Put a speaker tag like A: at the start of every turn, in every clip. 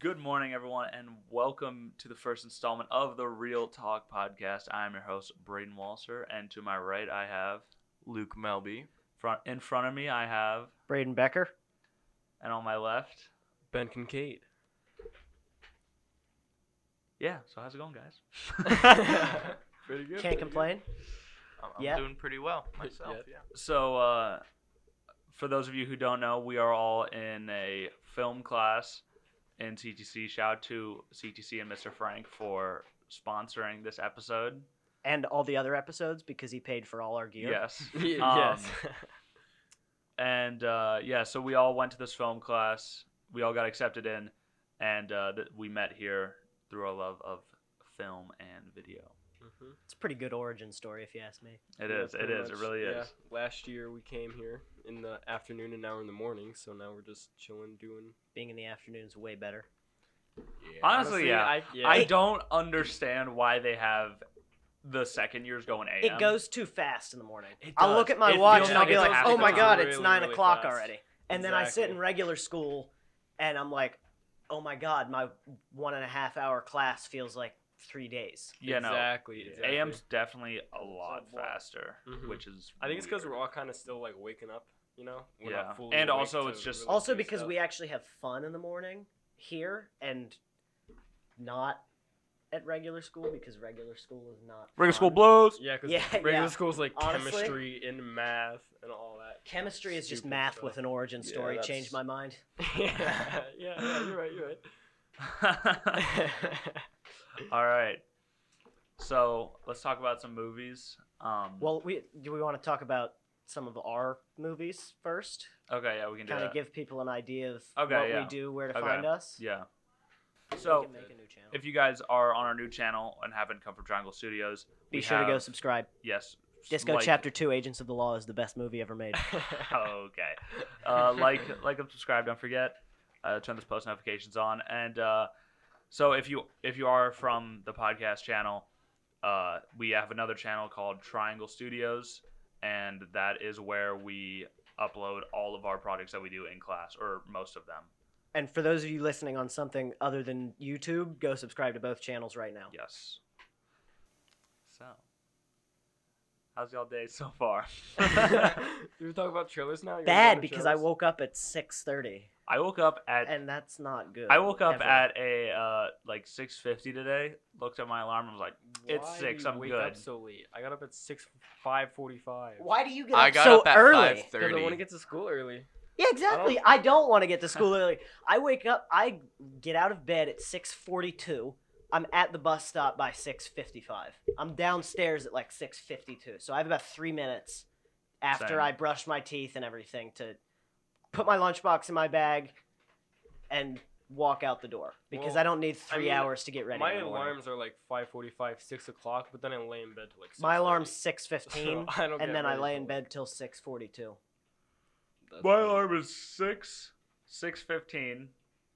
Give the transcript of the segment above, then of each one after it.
A: Good morning, everyone, and welcome to the first installment of the Real Talk podcast. I am your host, Braden Walser, and to my right, I have
B: Luke Melby,
A: front in front of me, I have,
C: Braden Becker.
A: and on my left,
B: Ben Kincaid.
A: yeah. So how's it going, guys?
B: pretty good.
C: Can't complain.
B: I'm,
C: Yeah.
B: doing pretty well myself.
A: Yeah. So, uh, for those of you who don't know, we are all in a film class in CTC. Shout out to CTC and Mr. Frank for sponsoring this episode.
C: And all the other episodes because he paid for all our gear.
A: Yes. Um,
B: Yeah, yes.
A: and uh, yeah, so we all went to this film class. We all got accepted in, and uh, th- we met here through a love of film and video.
B: Mhm.
C: It's a pretty good origin story if you ask me.
A: It
B: Yeah,
A: is. It
B: pretty
A: is.
B: much.
A: It really
B: Yeah.
A: is.
B: Last year we came here in the afternoon and now we're in the morning, so now we're just chilling, doing.
C: Being in the afternoon is way better.
A: Honestly, yeah.
B: I, yeah.
A: I don't understand why they have the second years going AM.
C: It goes too fast in the morning.
A: It
C: I'll
A: does.
C: look at my
A: It
C: watch
A: feels
C: and I'll
A: like
C: be
A: it's
C: like,
A: happening
C: oh my god, it's
B: really,
C: nine
B: really
C: o'clock
B: fast.
C: already. And then I sit
B: Exactly.
C: in regular school and I'm like, oh my god, my one and a half hour class feels like three days.
A: Yeah, no.
B: exactly. exactly.
A: AM's definitely a lot
C: lot.
A: faster,
B: Mhm.
A: which is.
B: I think it's because
A: weird.
B: we're all kind of still like waking up, you know. We're
A: Yeah.
B: not fully
A: And
B: awake
A: also
B: to
A: it's just-
B: really
C: Also
B: do
C: because
B: stuff.
C: we actually have fun in the morning here and not at regular school because regular school is not
A: regular school
C: fun.
A: blows.
B: Yeah, because
C: Yeah,
B: regular
C: yeah.
B: school's like
C: Honestly.
B: chemistry and math and all that.
C: Chemistry is just
B: Stupid
C: math
B: stuff.
C: with an origin
B: Yeah,
C: story.
B: that's-
C: Changed my mind.
B: yeah, yeah, you're right, you're right.
A: all right, so let's talk about some movies. Um,
C: Well, we do we want to talk about some of our movies first?
A: okay, yeah, we can do
C: Kind
A: that.
C: of give people an idea of
A: Okay,
C: what
A: yeah.
C: we do, where to
A: Okay.
C: find us.
A: yeah.
C: We
A: So
C: can make a new channel.
A: if you guys are on our new channel and haven't come from Triangle Studios,
C: Be
A: we
C: sure to go
A: have-
C: subscribe.
A: Yes.
C: Disco
A: like-
C: Chapter Two: Agents of the Law is the best movie ever made.
A: okay. Uh, like, like, and subscribe. Don't forget. Uh, turn those post notifications on. And uh, so, if you if you are from the podcast channel, uh, we have another channel called Triangle Studios, and that is where we upload all of our projects that we do in class, or most of them.
C: and for those of you listening on something other than YouTube, go subscribe to both channels right now.
A: Yes. So, how's y'all day so far?
B: you were talking about trailers now. You're
C: Bad
B: going to
C: because I
B: trailers?
C: woke up at six thirty,
A: I woke up at
C: and that's not good.
A: I woke up
C: ever.
A: at a uh, like six fifty today. Looked at my alarm and was like, It's
B: Why do
A: six,
B: you
A: I'm
B: wake
A: good.
B: Up so late. I got up at six five forty five.
C: Why do you get
D: I
C: up
D: got
C: so
D: up at
C: early? Oh.
D: 5:30.
B: Because I want to get to school early.
C: Yeah, exactly. I don't, want to get to school early. I wake up. I get out of bed at six forty-two. I'm at the bus stop by six fifty-five. I'm downstairs at like six fifty-two. So I have about three minutes after
A: Same.
C: I brush my teeth and everything to put my lunchbox in my bag and walk out the door because
B: Well,
C: I don't need three
B: mean,
C: hours to get ready.
B: My
C: in the morning.
B: alarms are like five forty five, six o'clock, but then I lay in bed till like. 6:30.
C: My alarm's six
B: So
C: fifteen,
B: I don't get
C: and then I
B: ready
C: lay in
B: till-
C: bed till six forty-two.
B: That's
A: My
B: weird.
A: alarm is six, six fifteen,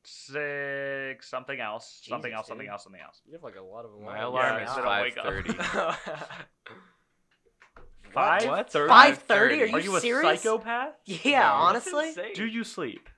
A: six something else, something
C: Jesus,
A: else, something
C: dude.
A: else, something else.
B: You have like a lot of alarms.
D: My alarm
A: Yeah,
D: is
A: so I don't wake
D: five
A: up.
D: thirty.
A: Five
B: What?
A: thirty?
C: Five thirty? Are
A: Are
C: you
A: you a
C: serious?
A: psychopath?
C: Yeah,
D: No, that's
C: honestly.
A: Do you sleep?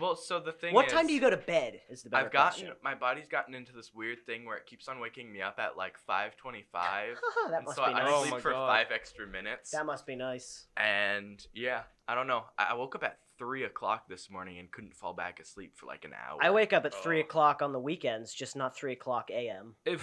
D: Well, so the thing
C: What
D: is,
C: time do you go to bed? Is the better
D: I've gotten
C: question.
D: my body's gotten into this weird thing where it keeps on waking me up at like five twenty-five,
C: that
D: and
C: must
D: so
C: be
D: I,
C: nice.
B: Oh
D: sleep
B: my
D: for
B: God.
D: five extra minutes.
C: That must be nice.
D: And yeah, I don't know. I, I woke up at three o'clock this morning and couldn't fall back asleep for like an hour.
C: I wake up at three
D: Oh.
C: o'clock on the weekends, just not three o'clock a.m.
A: If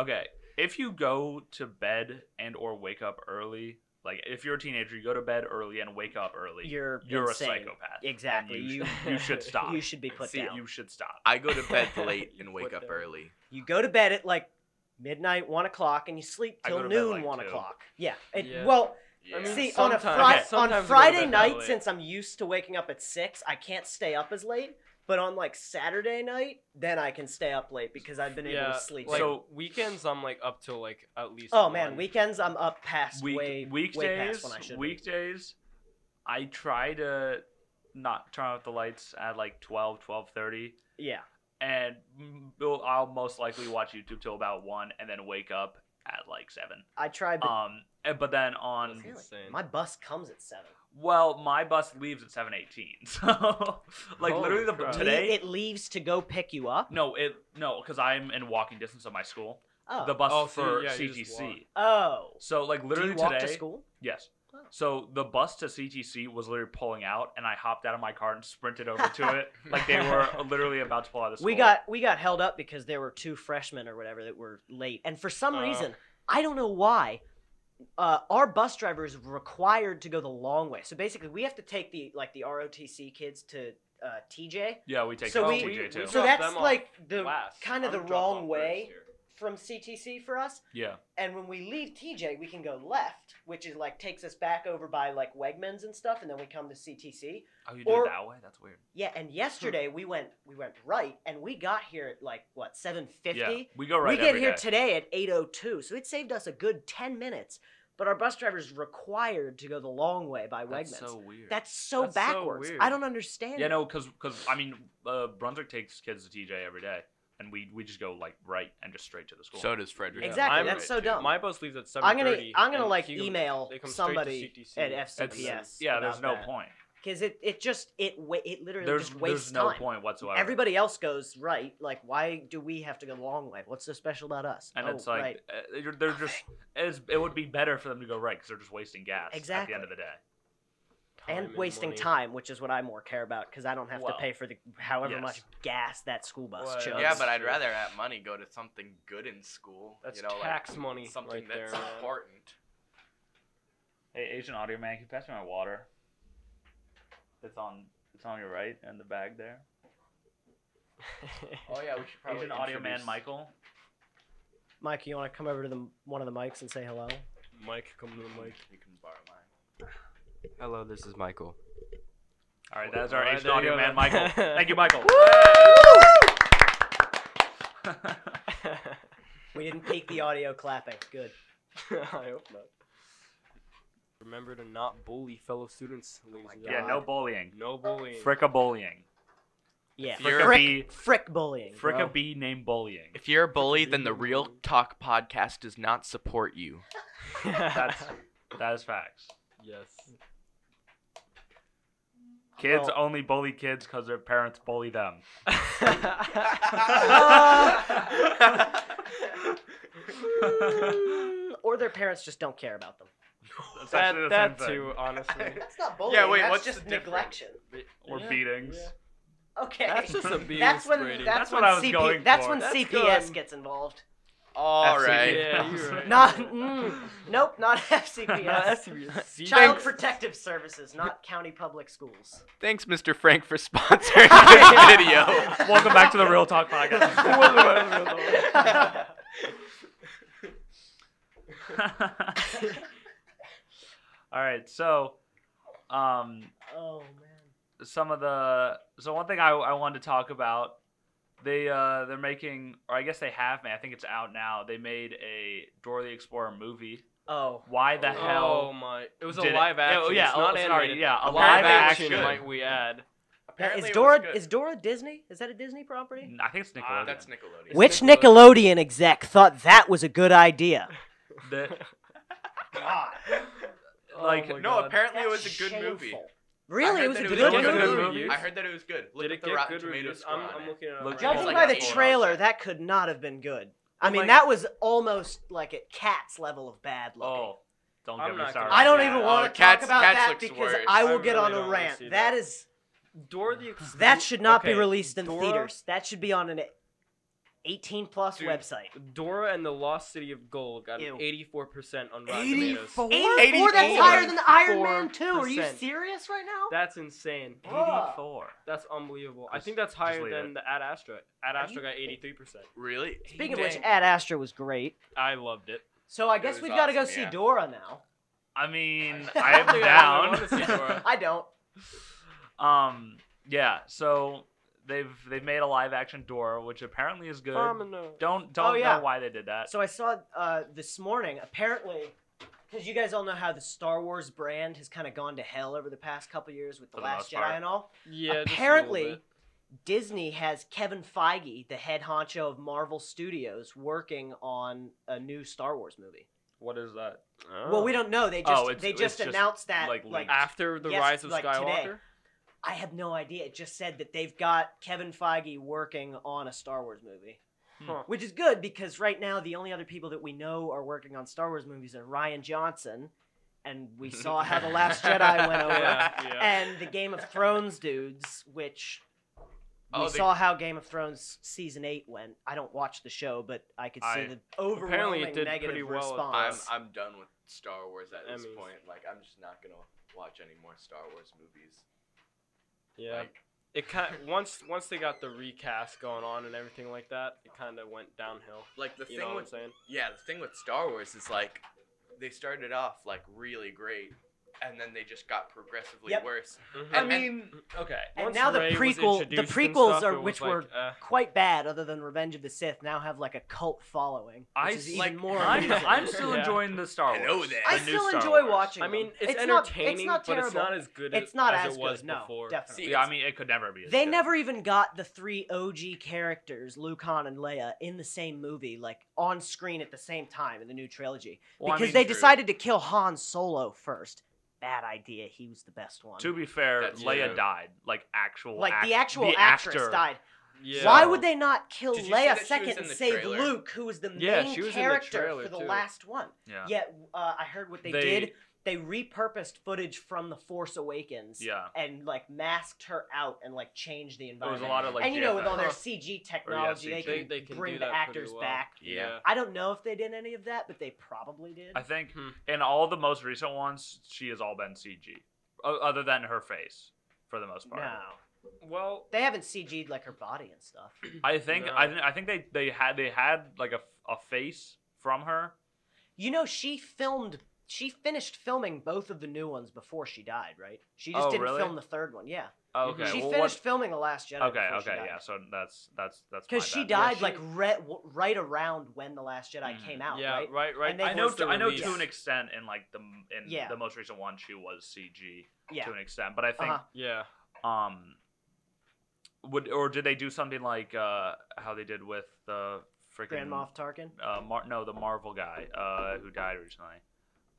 A: okay, if you go to bed and or wake up early, like if you're a teenager, you go to bed early and wake up early.
C: You're
A: you're
C: insane.
A: a psychopath. and
C: Exactly.
A: You,
C: You
A: sh- you should stop.
C: you should be put
A: See,
C: down.
A: you should stop.
D: I go to bed late and
B: You
D: wake
B: put
D: up
B: down.
D: early.
C: You go to bed at like midnight, one o'clock, and you sleep
A: I go
C: till
A: to bed
C: noon,
A: like
C: one
A: two.
C: o'clock. Yeah. It,
B: Yeah.
C: Well,
B: I mean,
C: see, on a
A: Okay.
C: Friday on
B: sometimes- sometimes I go to
C: Friday
B: bed that
C: night,
B: late.
C: since I'm used to waking up at six, I can't stay up as late. But on like Saturday night, then I can stay up late because I've been able to sleep.
B: Like,
C: in.
A: So-
B: weekends, I'm like up till like at least.
C: oh man,
B: one.
C: weekends I'm up past
A: Week,
C: way way
A: weekdays,
C: past when I should. be.
A: weekdays, I try to not turn out the lights at like 12, 12.30,
C: Yeah.
A: and m- I'll- I'll most likely watch YouTube till about 1 and then wake up at like 7.
C: I tried. But
A: Um, and- but then
B: That's
A: on,
C: Really?
B: insane.
C: my bus comes at seven.
A: Well, my bus leaves at seven eighteen. So, like
B: Holy
A: literally the
B: crap.
C: Le-
A: today.
C: it leaves to go pick you up.
A: no, it no, because I'm in walking distance of my school.
C: Oh,
A: The bus
B: Oh, so
A: for
B: you- yeah, you just walk.
A: CTC.
C: oh.
A: So like literally
C: Do you walk
A: today.
C: to school?
A: Yes.
C: Oh.
A: So the bus to CTC was literally pulling out, and I hopped out of my car and sprinted over to it, like they were literally about to pull out of school.
C: We got we got held up because there were two freshmen or whatever that were late, and for some
B: Oh.
C: reason I don't know why. Uh, our bus driver is required to go the long way, so basically we have to take the like the ROTC kids to uh, TJ.
A: yeah, we take it
C: so we-
A: to TJ
B: we-
A: too.
C: So
B: drop
C: that's
B: them off
C: like the
B: Last.
C: kind of
B: I'm
C: the
B: drop off
C: wrong
B: first
C: way
B: here.
C: from CTC for us.
A: yeah,
C: And when we leave TJ, we can go left, which is like takes us back over by like Wegmans and stuff, and then we come to CTC.
A: oh, you do
C: Or-
A: it that way? That's weird.
C: Yeah,
B: Hmm.
C: and yesterday we went we went right, and we got here at like what seven fifty.
A: Yeah, we go right.
C: we get
A: every
C: here
A: day.
C: today at 8.02 so it saved us a good 10 minutes but our bus driver's required to go the long way by
D: That's
C: wegmans
D: so weird.
C: That's so
B: That's so
C: backwards
B: weird.
C: i don't understand
A: yeah,
C: it.
A: no, because I mean, uh, Brunswick takes kids to TJ every day, and we we just go like right and just straight to the school.
D: So does Frederick.
B: Yeah,
C: exactly
B: I'm
C: that's so
D: right, too.
C: dumb
B: My bus leaves at seven.
C: i'm gonna i'm gonna like email
B: they come straight to
C: somebody
B: CTC.
C: at
B: That's-
A: It's-
C: fcps
A: yeah, there's no point.
C: because it, it just it wa- it literally
A: There's
C: just wastes
A: there's no
C: time
A: point whatsoever.
C: everybody else goes right like why do we have to go the long way what's so special about us
A: and
C: oh,
A: it's like
C: right.
A: uh, you're- they're just it's, it would be better for them to go right because they're just wasting gas at the
C: Exactly.
A: end of the day.
C: and wasting time, which is what I more care about because I don't have
A: Well,
C: to pay for the however
A: yes.
C: much gas that school bus
B: Well,
C: chugs.
D: Yeah,
B: That's
D: but I'd
B: true.
D: rather that money go to something good in school.
B: That's
D: you know,
B: tax money.
D: like something
B: right
D: that's
B: there, man.
D: important.
A: Hey, Agent Audio Man, can you pass me my water? It's on. It's on your right in the bag there.
D: Oh yeah, we should probably.
A: Agent Audio Man
D: introduce-
A: Michael.
C: Mike, you want to come over to the, one of the mics and say hello?
B: Mike, come to the mic.
D: You can borrow mine.
E: Hello, this is Michael.
A: All right, that's our
B: Alright,
A: Agent
B: there you
A: Audio Man
B: go, then.
A: Michael. Thank you, Michael.
C: We didn't peak the audio clapping. Good.
B: I hope not. Remember to not bully fellow students. ladies and
A: yeah, no
B: gentlemen.
A: bullying.
B: no bullying.
A: Fricka bullying.
C: Yeah.
D: You're-
A: Fricka
C: Frick,
A: B.
C: frick bullying.
A: Fricka
B: Bro.
A: B named bullying.
D: If you're a bully, then the Real Talk podcast does not support you.
A: That's that is facts.
B: yes.
A: Kids
C: Well-
A: only bully kids because their parents bully them.
C: Mm, or their parents just don't care about them.
A: That's
B: that
A: actually the
B: that
A: same thing.
B: too, honestly.
C: That's not bullying.
D: bullying, Yeah, wait,
C: that's
D: that's what's
C: just
D: just the difference?
C: neglection.
A: Or
B: Yeah,
A: beatings.
B: yeah.
C: Okay.
B: That's just abuse.
C: That's when
B: Brady.
C: that's,
A: That's
C: when
A: what I was
C: CP
A: going
C: that's
A: for.
C: when
B: That's
C: CPS
B: good.
C: gets involved.
D: All right.
B: Yeah, you're right.
C: Not mm, nope, not
B: Not
C: FCPS.
B: SCBS.
C: Child
D: Thanks.
C: Protective Services, not county public schools.
D: Thanks, Mr. Frank, for sponsoring this video.
A: Welcome back to the Real Talk
B: Podcast.
A: podcast. All right, so um,
C: Oh man.
A: some of the so one thing I, I wanted to talk about they uh, they're making or I guess they have made I think it's out now they made a Dora the Explorer movie.
C: Oh.
A: Why the
B: oh
A: hell?
B: my! It was a
A: did it-
B: live
A: Oh,
B: action.
A: yeah,
B: it's
A: oh,
B: not
A: sorry,
B: animated.
A: yeah, a
B: a
A: live
B: live action,
A: action.
B: might we add?
C: Is Dora is Dora Disney? Is that a Disney property?
A: I think it's
B: Ah,
A: Nickelodeon.
D: Ah, that's Nickelodeon.
B: It's
C: Which
B: Nickelodeon.
C: Nickelodeon exec thought that was a good idea?
A: The-
C: God.
A: like
B: Oh my
D: no,
B: God.
D: apparently it was a good movie.
C: Really?
D: I
C: It
D: heard
C: was a
D: that
C: good,
B: was a
C: movie.
B: good movie.
D: I heard that it was good. Look
B: Did
D: at
B: it
D: the
B: get
D: Rotten
B: good
D: Tomatoes
B: reviews?
D: score
B: I'm,
D: on
B: I'm
D: it.
B: looking at
A: Look,
B: it.
A: Judging
B: right
C: Judging
B: now.
D: like
C: by
D: Oh
C: the
D: a four out of
C: trailer,
D: ten.
C: that could not have been good. I
A: And,
C: mean,
A: like-
C: that was almost like at Cat's level of bad looking.
A: oh, don't
B: I'm
A: get
B: not
A: me started.
B: gonna-
C: I don't
B: Yeah.
C: even
D: Oh,
C: want to
D: Cats-
C: talk about
D: Cats
C: that
D: looks
C: because
D: worse.
C: I
B: I
C: will get
B: really
C: on
B: don't
C: a
B: wanna
C: rant.
B: see
C: That
B: that.
C: is
B: Dora the Explorer.
C: that should not be
B: Okay,
C: released in
B: Dora-
C: theaters. That should be on an 18 plus
D: Dude.
C: website.
B: Dora and the Lost City of Gold got
C: Ew.
B: an 84% on Rotten Tomatoes.
C: 84? That's
D: 84.
C: higher than Iron Man 2. Are you
B: 84%.
C: serious right now?
B: That's insane.
C: Bruh.
A: Eighty-four.
B: That's unbelievable. I
A: Just-
B: think that's
A: just
B: higher
A: leave
B: than
A: it.
B: the Ad Astra. Ad
C: Are
B: Astra got 83%.
D: Really?
C: Speaking of which,
D: Dang.
C: Ad Astra was great.
B: I loved it.
C: So I
D: It
C: guess
D: was
C: we've got to go
D: awesome,
C: see
D: yeah.
C: Dora now.
A: I mean,
C: I
A: I
C: don't
A: am
B: think I really wanna see
A: down.
B: Dora.
C: I don't.
A: um, yeah. So they've they've made a live action Dora, which apparently is good. Don't don't
C: Oh, yeah.
A: know why they did that.
C: So I saw uh, this morning, apparently, because you guys all know how the Star Wars brand has kind of gone to hell over the past couple years with The
A: For the most
C: Last Jedi
A: part.
C: and all.
B: Yeah. just a little
C: apparently,
B: bit.
C: Disney has Kevin Feige, the head honcho of Marvel Studios, working on a new Star Wars movie.
A: What is that?
C: Well, we don't know. They just
F: Oh, it's-
C: they
F: it's
C: just
F: just,
C: announced that
F: like,
C: like,
F: leaked. after the
C: yes,
F: rise of
C: like today.
F: Skywalker.
C: I have no idea. It just said that they've got Kevin Feige working on a Star Wars movie.
F: Huh.
C: Which is good because right now the only other people that we know are working on Star Wars movies are Ryan Johnson, and we saw how The Last Jedi went over,
F: Yeah, yeah.
C: and the Game of Thrones dudes, which we
D: Oh, they-
C: saw how Game of Thrones season eight went. I don't watch the show, but I could see
A: I-
C: the overwhelming
F: did pretty
C: negative
F: well at-
D: I'm
C: response.
D: I'm done with Star Wars at this
B: Emmys.
D: point. Like I'm just not gonna watch any more Star Wars movies.
B: Yeah.
D: Like,
B: it kind once once they got the recast going on and everything like that, it kind of went downhill.
D: like the
B: You know
D: thing
B: what I'm
D: with
B: saying?
D: yeah, the thing with Star Wars is like they started off like really great, and then they just got progressively
C: Yep.
D: worse.
A: I
D: And- and-
A: mean, okay.
C: Mm-hmm. and
B: Once
C: now the
B: Rey was
C: prequel, the
B: introduced and
C: prequels
B: stuff, it
C: are
B: was
C: which
B: like,
C: were
B: uh,
C: quite bad, other than Revenge of the Sith, now have like a cult following. Which
A: I
C: is even
A: like.
C: more.
A: I'm,
C: amazing.
A: I'm still
B: Yeah.
A: enjoying the Star Wars.
D: Hello there.
A: the
C: I
A: new
C: still
A: Star
C: enjoy
A: Wars.
C: watching.
B: I mean, it's,
C: It's not- it's
B: entertaining,
C: not
B: but it's not
C: terrible.
B: as good
C: It's
B: as,
C: not
B: as,
C: as
B: it was
C: good, no,
B: before.
C: definitely.
A: Yeah, I mean, it could never be. as
C: They
A: good.
C: never even got the three OG characters, Luke, Han, and Leia, in the same movie, like on screen at the same time in the new trilogy,
A: Well, I
C: because
A: mean,
C: they
D: true.
C: decided to kill Han Solo first. Bad idea. He was the best one.
A: To be fair,
D: That's
A: Leia
D: true.
A: died. Like actual.
C: like
A: act-
C: the actual
A: the
C: actress
A: actor.
C: died.
B: Yeah.
C: Why would they not kill
D: Did you see that
C: Leia
D: she was
C: second
D: in
C: and
D: the
C: save
D: trailer?
C: Luke, who was the
B: Yeah,
C: main
B: she was in the
C: character
B: trailer,
C: for the
B: too.
C: last one?
A: Yeah.
C: Yet uh, I heard what they,
A: They-
C: did. They repurposed footage from the Force Awakens.
A: Yeah.
C: And like masked her out and like changed the
A: There was
C: environment.
A: a lot of like.
C: and you know, with all their
A: their
C: CG technology,
A: CG.
C: They,
B: They,
C: can
B: they can
C: bring
B: do
C: the
B: that pretty
C: actors
B: well.
C: back.
D: Yeah.
C: I don't know if they did any of that, but they probably did.
A: I think
B: Hmm.
A: in all the most recent ones, she has all been CG, o- other than her face, for the most part.
C: no,
B: Well,
C: they haven't CG'd like her body and stuff.
A: I think
B: No.
A: I, th- I think they, they had they had like a, a face from her.
C: You know, she filmed. She finished filming both of the new ones before she died, right? She just
A: Oh,
C: didn't
A: really?
C: film the third one. Yeah,
A: Okay.
C: Mhm. she
A: well,
C: finished
A: what-
C: filming the Last Jedi.
A: okay.
C: before she
A: Okay.
C: died.
A: Yeah. So that's that's that's
C: Because
A: my
C: she
A: bad.
C: died
B: she-
C: like re- w- right around when the Last Jedi
A: Mhm.
C: came out,
B: yeah,
C: right?
B: right, right.
C: And they-
A: I know
C: towards the
A: I know
C: release.
A: to an extent in like the in
C: Yeah.
A: the most recent one she was CG
C: Yeah.
A: to an extent, but I think
C: Uh-huh.
B: Yeah.
A: um would or did they do something like uh how they did with the freaking
C: Grand Moff Tarkin.
A: uh Mar- no the Marvel guy uh who died recently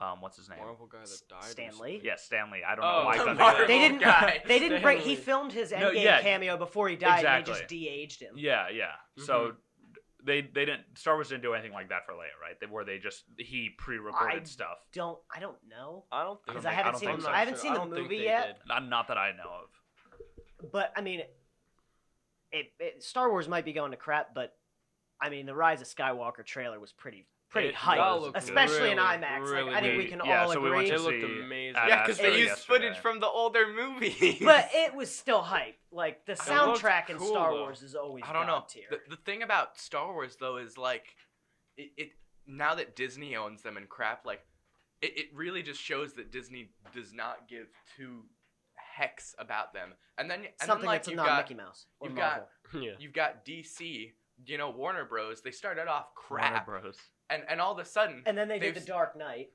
A: um what's his name
B: Marvel guy that died.
C: Stanley.
A: yeah Stanley I don't
B: Oh,
A: know why I
B: the
A: thought
D: Marvel
A: that-
C: They didn't.
D: guy.
C: They didn't break. He
B: Stanley.
C: filmed his Endgame
A: No, yeah.
C: cameo before he died, and they just
A: Exactly.
C: de-aged him.
A: yeah yeah so
C: Mm-hmm.
A: they they didn't Star Wars didn't do anything like that for Leia right they were they just he pre-recorded
C: I-
A: stuff
C: Don't I don't know,
B: I don't think.
A: Because
B: they-
A: I haven't seen
B: I'm
A: the-
B: not
A: I
C: haven't
B: sure.
C: seen the
B: don't think
C: movie
B: they
C: yet.
B: did.
A: not, not that I know of
C: but I mean, it, it Star Wars might be going to crap, but I mean, the Rise of Skywalker trailer was pretty pretty
A: It
B: all
C: hype,
B: looked
C: especially in
B: really,
C: IMAX.
B: really
C: like, I think we
A: neat.
C: can
A: Yeah,
C: all
A: so we went
C: agree.
B: It
A: to
B: looked
A: see
B: amazing.
A: at-
D: Yeah, because
A: Astro
D: they used
A: yesterday.
D: footage from the older movies.
C: but it was still hype. Like the soundtrack in
B: cool,
C: Star
B: though.
C: Wars is always
D: I don't know.
C: god tier.
D: The, the thing about Star Wars though is like, it, it now that Disney owns them and crap, like, it, it really just shows that Disney does not give two hex about them. And then and
C: Something
D: then, like,
C: that's
D: you've
C: not
D: got,
C: Mickey Mouse. Or
D: you've got-
C: Marvel.
B: Yeah.
D: You've got DC, you know, Warner Bros. They started off crap,
A: Warner Bros
D: and and all of a sudden,
C: and then they did
D: they've-
C: the Dark Knight.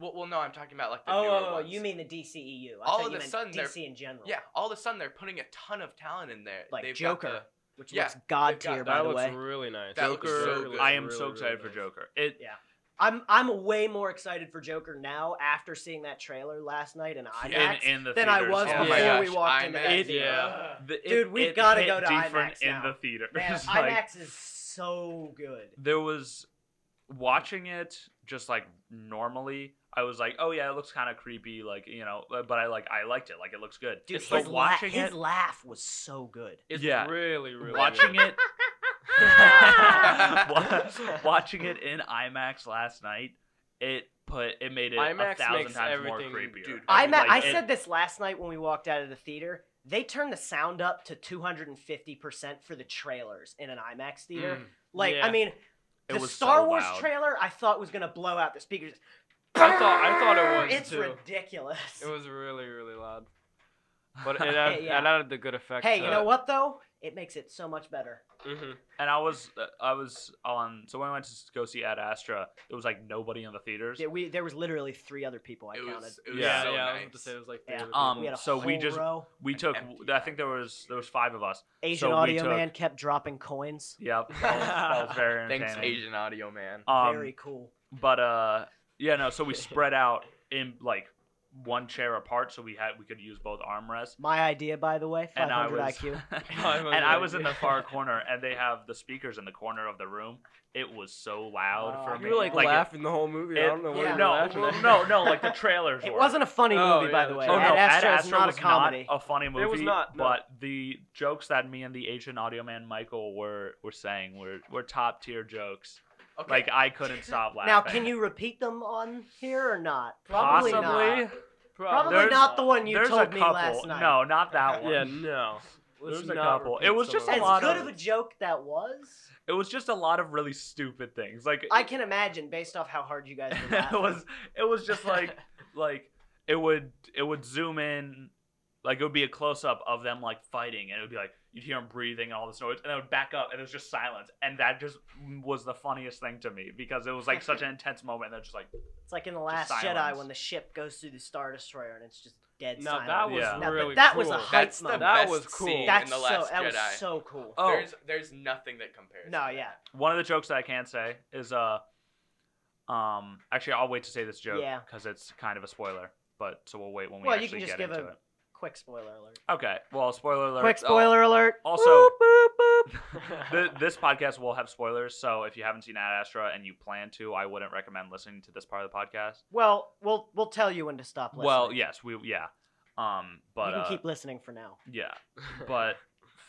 D: well, well, no, I'm talking about like the newer
C: Oh, oh, oh,
D: ones.
C: you mean the DCEU. I
D: All
C: thought
D: of
C: you
D: a
C: meant
D: sudden they're-
C: DC in general.
D: Yeah, all of a sudden they're putting a ton of talent in there.
C: Like
D: They've
C: Joker. Oh
D: Got
C: Which
D: Yeah,
C: looks god
D: they've got-
C: tier,
B: That
C: by the
B: looks
C: way.
B: really nice.
D: That
A: looks
D: so
A: Joker.
D: good.
A: I am
B: Really,
A: so
B: really
A: excited for
B: nice.
A: Joker. It
C: Yeah. I'm I'm way more excited for Joker now after seeing that trailer last night in IMAX
A: in, in the
C: than I
A: theaters.
C: was
B: yeah.
C: before
B: Oh my
C: we
D: gosh,
C: walked into
D: IMAX.
C: that
A: It-
C: theater.
B: yeah.
A: The- it-
C: Dude, we've
A: it
C: gotta
A: hit
C: go to
A: different
C: IMAX
A: in
C: now.
A: the theater.
C: Man,
A: like,
C: IMAX is so good.
A: There was watching it just like normally. I was like, oh yeah, it looks kind of creepy, like you know, but but I like I liked it. Like it looks good.
C: Dude,
A: It's
C: his,
A: like
C: la-
A: watching
C: his
A: it,
C: laugh was so good.
B: It's
A: Yeah.
B: really, really
A: watching
B: good.
A: it, wa- watching it in IMAX last night. It put it made it
B: IMAX
A: a thousand
B: makes
A: times more
B: everything-
A: creepier.
D: dude,
C: I,
A: mean,
C: ma-
A: like,
C: I
A: it-
C: said this last night when we walked out of the theater. They turned the sound up to 250% for the trailers in an IMAX theater.
B: Mm.
C: like,
B: yeah.
C: I mean,
A: It
C: the
A: was
C: Star
A: so
C: Wars
A: loud.
C: trailer I thought was going to blow out the speakers.
B: I thought- I thought it was,
C: It's
B: too.
C: ridiculous.
B: It was really, really loud. But it, add,
C: Yeah.
B: it added the good effect.
C: hey,
B: to
C: you know
B: it.
C: what, though? It makes it so much better.
B: Mhm.
A: And I was I was on so when I went to go see Ad Astra, it was like nobody in the theaters.
C: Yeah, we, there was literally three other people I
D: It
C: counted.
D: was, it was
B: yeah,
D: so
B: yeah. I was
D: nice.
B: about to say it was like.
C: Yeah.
B: the other
A: Um,
C: we had a
A: so we
C: whole
A: just-
C: row.
A: We took
D: empty
A: I think there was there was five of us.
C: Asian
A: we
C: audio
A: took-
C: man kept dropping coins.
A: Yep. That was, that was very
D: Thanks,
A: entertaining.
D: Asian Audio Man.
A: Um,
C: Very cool.
A: But uh, yeah, no. So we spread out in like one chair apart, so we had we could use both armrests.
C: My idea, by the way,
A: And I
C: 500
A: was
C: IQ.
A: and I was in the far corner, and they have the speakers in the corner of the room. It was so loud
B: Wow.
A: for me.
B: You were like,
A: it-
B: laughing the whole movie.
A: it-
B: I don't know what
C: yeah.
B: you were
A: no,
B: laughing
A: well,
B: at.
A: no, no, like the trailers.
C: It
A: were.
C: wasn't a funny
B: Oh,
C: movie, by
B: yeah,
C: the
B: the
C: way.
A: Oh no,
B: Ad
C: Ad Astra is
A: Astra
C: not
A: was
C: a comedy.
A: not a funny movie.
B: It was not, no.
A: But the jokes that me and the Asian audio man Michael were were saying were were top tier jokes.
D: Okay.
A: Like I couldn't stop laughing.
C: now, can you repeat them on here or not? Probably
A: possibly?
C: not. Probably
A: There's-
C: not the one you
A: There's
C: told
A: a
C: me
A: couple.
C: last night.
A: No, not that one.
B: Yeah, no.
A: There's
B: Let's
A: a
B: not
A: couple.
B: repeat
A: It was
B: some
A: just
B: of
A: a
C: as
B: them.
A: lot
C: good
A: of-
C: of a joke that was,
A: It was just a lot of really stupid things. Like
C: I can imagine based off how hard you guys were
A: it
C: laughing.
A: was it was just like like it would it would zoom in like it would be a close up of them like fighting and it would be like you'd hear them breathing and all this noise and it would back up and it was just silence and that just was the funniest thing to me because it was like such an intense moment and they're just like
C: It's like in the Last
A: Just
C: Jedi
A: silence.
C: when the ship goes through the Star Destroyer and it's just dead
B: No,
C: silence.
B: that was
A: Yeah.
C: Now, but
B: really
C: that
B: cool.
C: was a hype
D: That's the
C: moment.
B: That
D: best
B: was cool.
D: scene
C: That's
D: in the Last
C: so that
D: Jedi.
C: was so cool.
A: oh
D: There's there's nothing that compares.
C: No,
D: to that.
C: yeah.
A: one of the jokes that I can say is uh um actually I'll wait to say this joke
C: Yeah.
A: because it's kind of a spoiler but so we'll wait when we
C: Well, you
A: actually
C: can just
A: get
C: give
A: into
C: a quick spoiler alert.
A: it okay well spoiler alert
C: Quick
A: Oh,
C: spoiler alert.
A: also
C: Boop, boop, boop.
A: Th this podcast will have spoilers, so if you haven't seen Ad Astra and you plan to, I wouldn't recommend listening to this part of the podcast.
C: Well, we'll we'll tell you when to stop listening.
A: Well, yes, we yeah, um, but
C: you can
A: uh,
C: keep listening for now.
A: yeah, but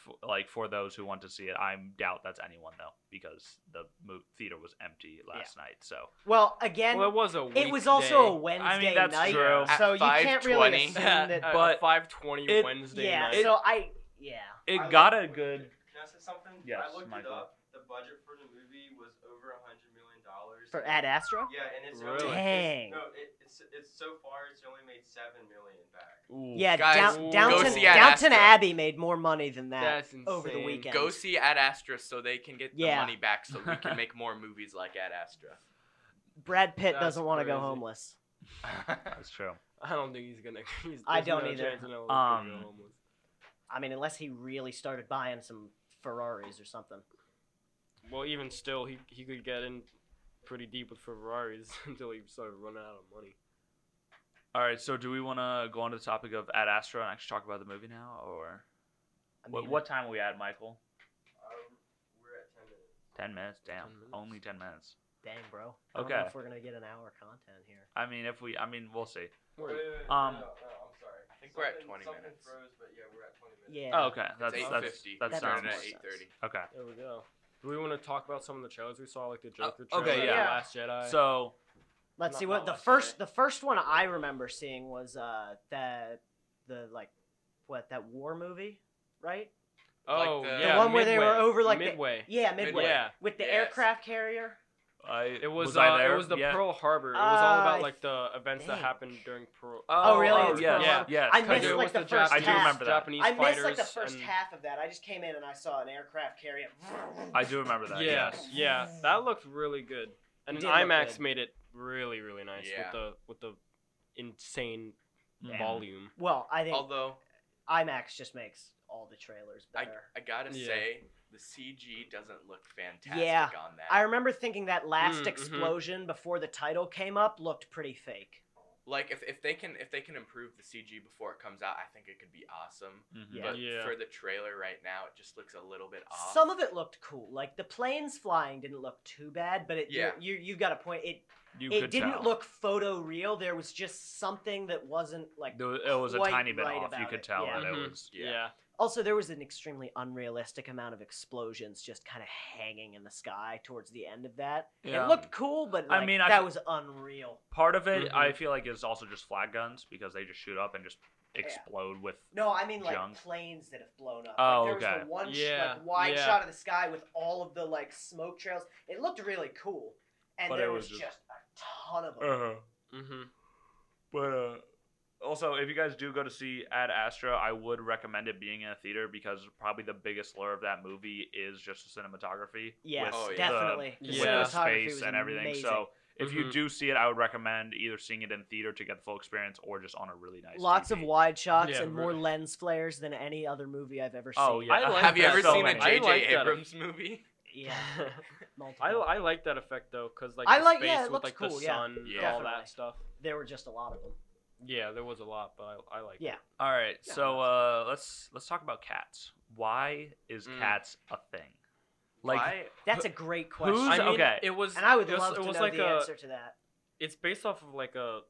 A: f- like for those who want to see it, I doubt that's anyone though, because the mo- theater was empty last night. So
C: Well, again,
B: well, it was a.
C: it was also a
B: weekday.
C: Wednesday
A: I mean, that's
C: night,
A: true.
D: At
C: so you can't really
D: 5:20.
C: assume that.
B: At
A: But
B: 5:20
A: it-
B: Wednesday
C: Yeah,
B: night.
C: so I yeah.
A: it
F: I
A: got a
F: looked-
A: good.
F: Can I say something?
A: Yes,
F: I looked
A: Michael.
F: it up. The budget for the movie was over a hundred million dollars.
C: For Ad Astra?
F: Yeah, and it's
B: Really?
F: only,
C: Dang.
F: It's, no, it, it's it's so far it's only made seven million back.
C: Yeah, Down,
D: Guys,
B: go
C: Downton,
B: see Ad
C: Downton
D: Astra.
C: Abbey made more money than that
B: That's insane.
C: over the weekend.
D: Uh, Go see Ad Astra so they can get
C: Yeah.
D: the money back so we can make more movies like Ad Astra.
C: Brad Pitt
B: That's
C: doesn't want to go
B: crazy.
C: homeless.
A: That's true.
B: I don't think he's gonna. He's,
C: I
B: there's
C: don't
B: no
C: either.
B: chance in hell he's gonna
A: Um,
B: go homeless.
C: I mean, unless he really started buying some Ferraris or something.
B: Well, even still, he he could get in pretty deep with Ferraris until he started running out of money.
A: All right, so do we want to go on to the topic of Ad Astra and actually talk about the movie now, or
C: I
A: what,
C: mean,
A: what time are we at, Michael?
F: Um, we're at ten
A: Ten
F: minutes.
A: minutes. Damn,
B: 10 minutes.
A: only ten minutes.
C: Dang, bro. I don't know
A: Okay.
C: if we're gonna get an hour content here.
A: I mean, if we, I mean, we'll see.
F: Wait,
B: Wait,
F: wait, wait,
A: Um,
F: no, no, I'm sorry. I
D: think we're at 20
F: something
D: minutes.
F: Froze, but yeah, we're at 20 minutes.
C: Yeah.
A: Oh, okay. That's
D: It's eight
A: that's
D: fifty.
A: that
C: That
A: sounds
C: makes
D: at
C: sense.
D: eight thirty.
A: okay.
B: there we go. Do we want to talk about some of the trailers we saw, like the
A: Uh,
B: Joker
A: okay,
B: trailer,
A: yeah.
B: The Last Jedi?
A: So
C: Let's
B: Not-
C: see
B: not
C: what the
B: last
C: first the first one I remember seeing was uh the the like what that war movie, right?
B: oh
D: Like the-
B: yeah,
D: The
C: one where they were
B: Midway.
C: over, like, the-
B: midway.
C: Yeah, Midway
B: Yeah.
C: with the
D: Yes.
C: aircraft carrier.
A: I
B: It was,
A: I
B: uh,
A: there?
B: it was the
A: yeah.
B: Pearl Harbor. It was all
C: Uh, I
B: about like the events that
C: think.
B: happened during Pearl.
C: Oh, really?
A: Oh,
C: It's
A: yes,
B: Pearl Harbor?
A: yes.
C: I
B: Because
C: missed
B: it
C: like
B: was
C: the first
A: I do
C: half.
A: remember that.
B: Japanese
C: I missed like the
B: fighters
C: first
B: and-
C: half of that. I just came in and I saw an aircraft carrier.
A: I do remember that.
B: Yeah,
A: Yes.
B: yeah, that looked really good. And
C: It
B: an
C: did look
B: IMAX
C: good.
B: made it really, really nice
D: Yeah.
B: with the with the insane
A: Mm.
B: volume.
C: Well, I think
D: Although
C: IMAX just makes all the trailers
D: I,
C: better.
D: I gotta
B: Yeah.
D: say the CG doesn't look fantastic
C: Yeah,
D: on that.
C: I remember thinking that last
B: Mm, mhm.
C: explosion before the title came up looked pretty fake.
D: like if, if they can if they can improve the CG before it comes out, I think it could be awesome.
A: Mhm.
C: Yeah.
D: But
B: Yeah.
D: for the trailer right now, it just looks a little bit off.
C: Some of it looked cool. Like the planes flying didn't look too bad, but it
D: Yeah.
C: you you you've got a point. It
A: You
C: it
A: could
C: didn't
A: tell.
C: look photo real. There was just something that wasn't like
A: There was- It was a
C: quite
A: tiny bit
C: right
A: off. You
C: about
A: could
C: it.
A: tell
C: Yeah.
A: that it
B: Mhm.
A: was.
D: Yeah.
B: yeah.
C: Also, there was an extremely unrealistic amount of explosions just kind of hanging in the sky towards the end of that.
A: Yeah.
C: It looked Mm-hmm. cool, but
A: I
C: like,
A: mean, I
C: that
A: fe-
C: was unreal.
A: Part of it,
B: Mhm.
A: I feel like, is also just flag guns because they just shoot up and just explode with.
C: No, I mean like
A: Junk.
C: planes that have blown up.
A: Oh,
C: like, there
A: okay.
C: was the one sh-
B: Yeah,
C: like, wide
B: yeah.
C: shot of the sky with all of the like smoke trails. It looked really cool, and
A: But
C: there
A: it
C: was
A: was
C: just,
A: just-
C: a ton of them.
A: Uh-huh.
B: Mm-hmm.
A: But uh, also, if you guys do go to see Ad Astra, I would recommend it being in a theater because probably the biggest lure of that movie is just the cinematography.
C: yes,
D: Oh, yeah.
C: definitely.
A: The,
B: Yeah.
A: With the
C: Cinematography
A: space
C: was
A: and everything.
C: amazing.
A: So. If you
B: Mhm.
A: do see it, I would recommend either seeing it in theater to get the full experience, or just on a really nice.
C: Lots of
A: TV.
C: wide shots
B: Yeah,
C: and more
B: really.
C: lens flares than any other movie I've ever seen.
A: Oh yeah,
B: I like
D: Have you
B: that
D: ever
B: so
D: seen a
B: much.
A: many.
B: I
D: J.J.
B: like that.
D: Abrams movie?
C: Yeah. Multiple.
B: I, I like that effect though, cause like
C: I
B: the
C: like-
B: space
C: yeah, it
B: with
C: looks
B: like
C: cool,
B: the
C: yeah.
B: sun, and
A: Yeah.
B: all
C: Definitely.
B: that stuff.
C: there were just a lot of them.
B: Yeah, there was a lot, but I, I like.
C: Yeah.
A: All right,
C: Yeah,
A: so uh, let's let's talk about cats. Why is
D: Mm.
A: cats a thing? Like,
D: Why-
C: That's a great question.
A: who's
B: I mean,
A: okay?
B: It was,
C: and I would
B: it was,
C: love
B: it
C: to
B: was
C: know
B: like
C: the
B: a,
C: answer to that.
B: It's based off of like a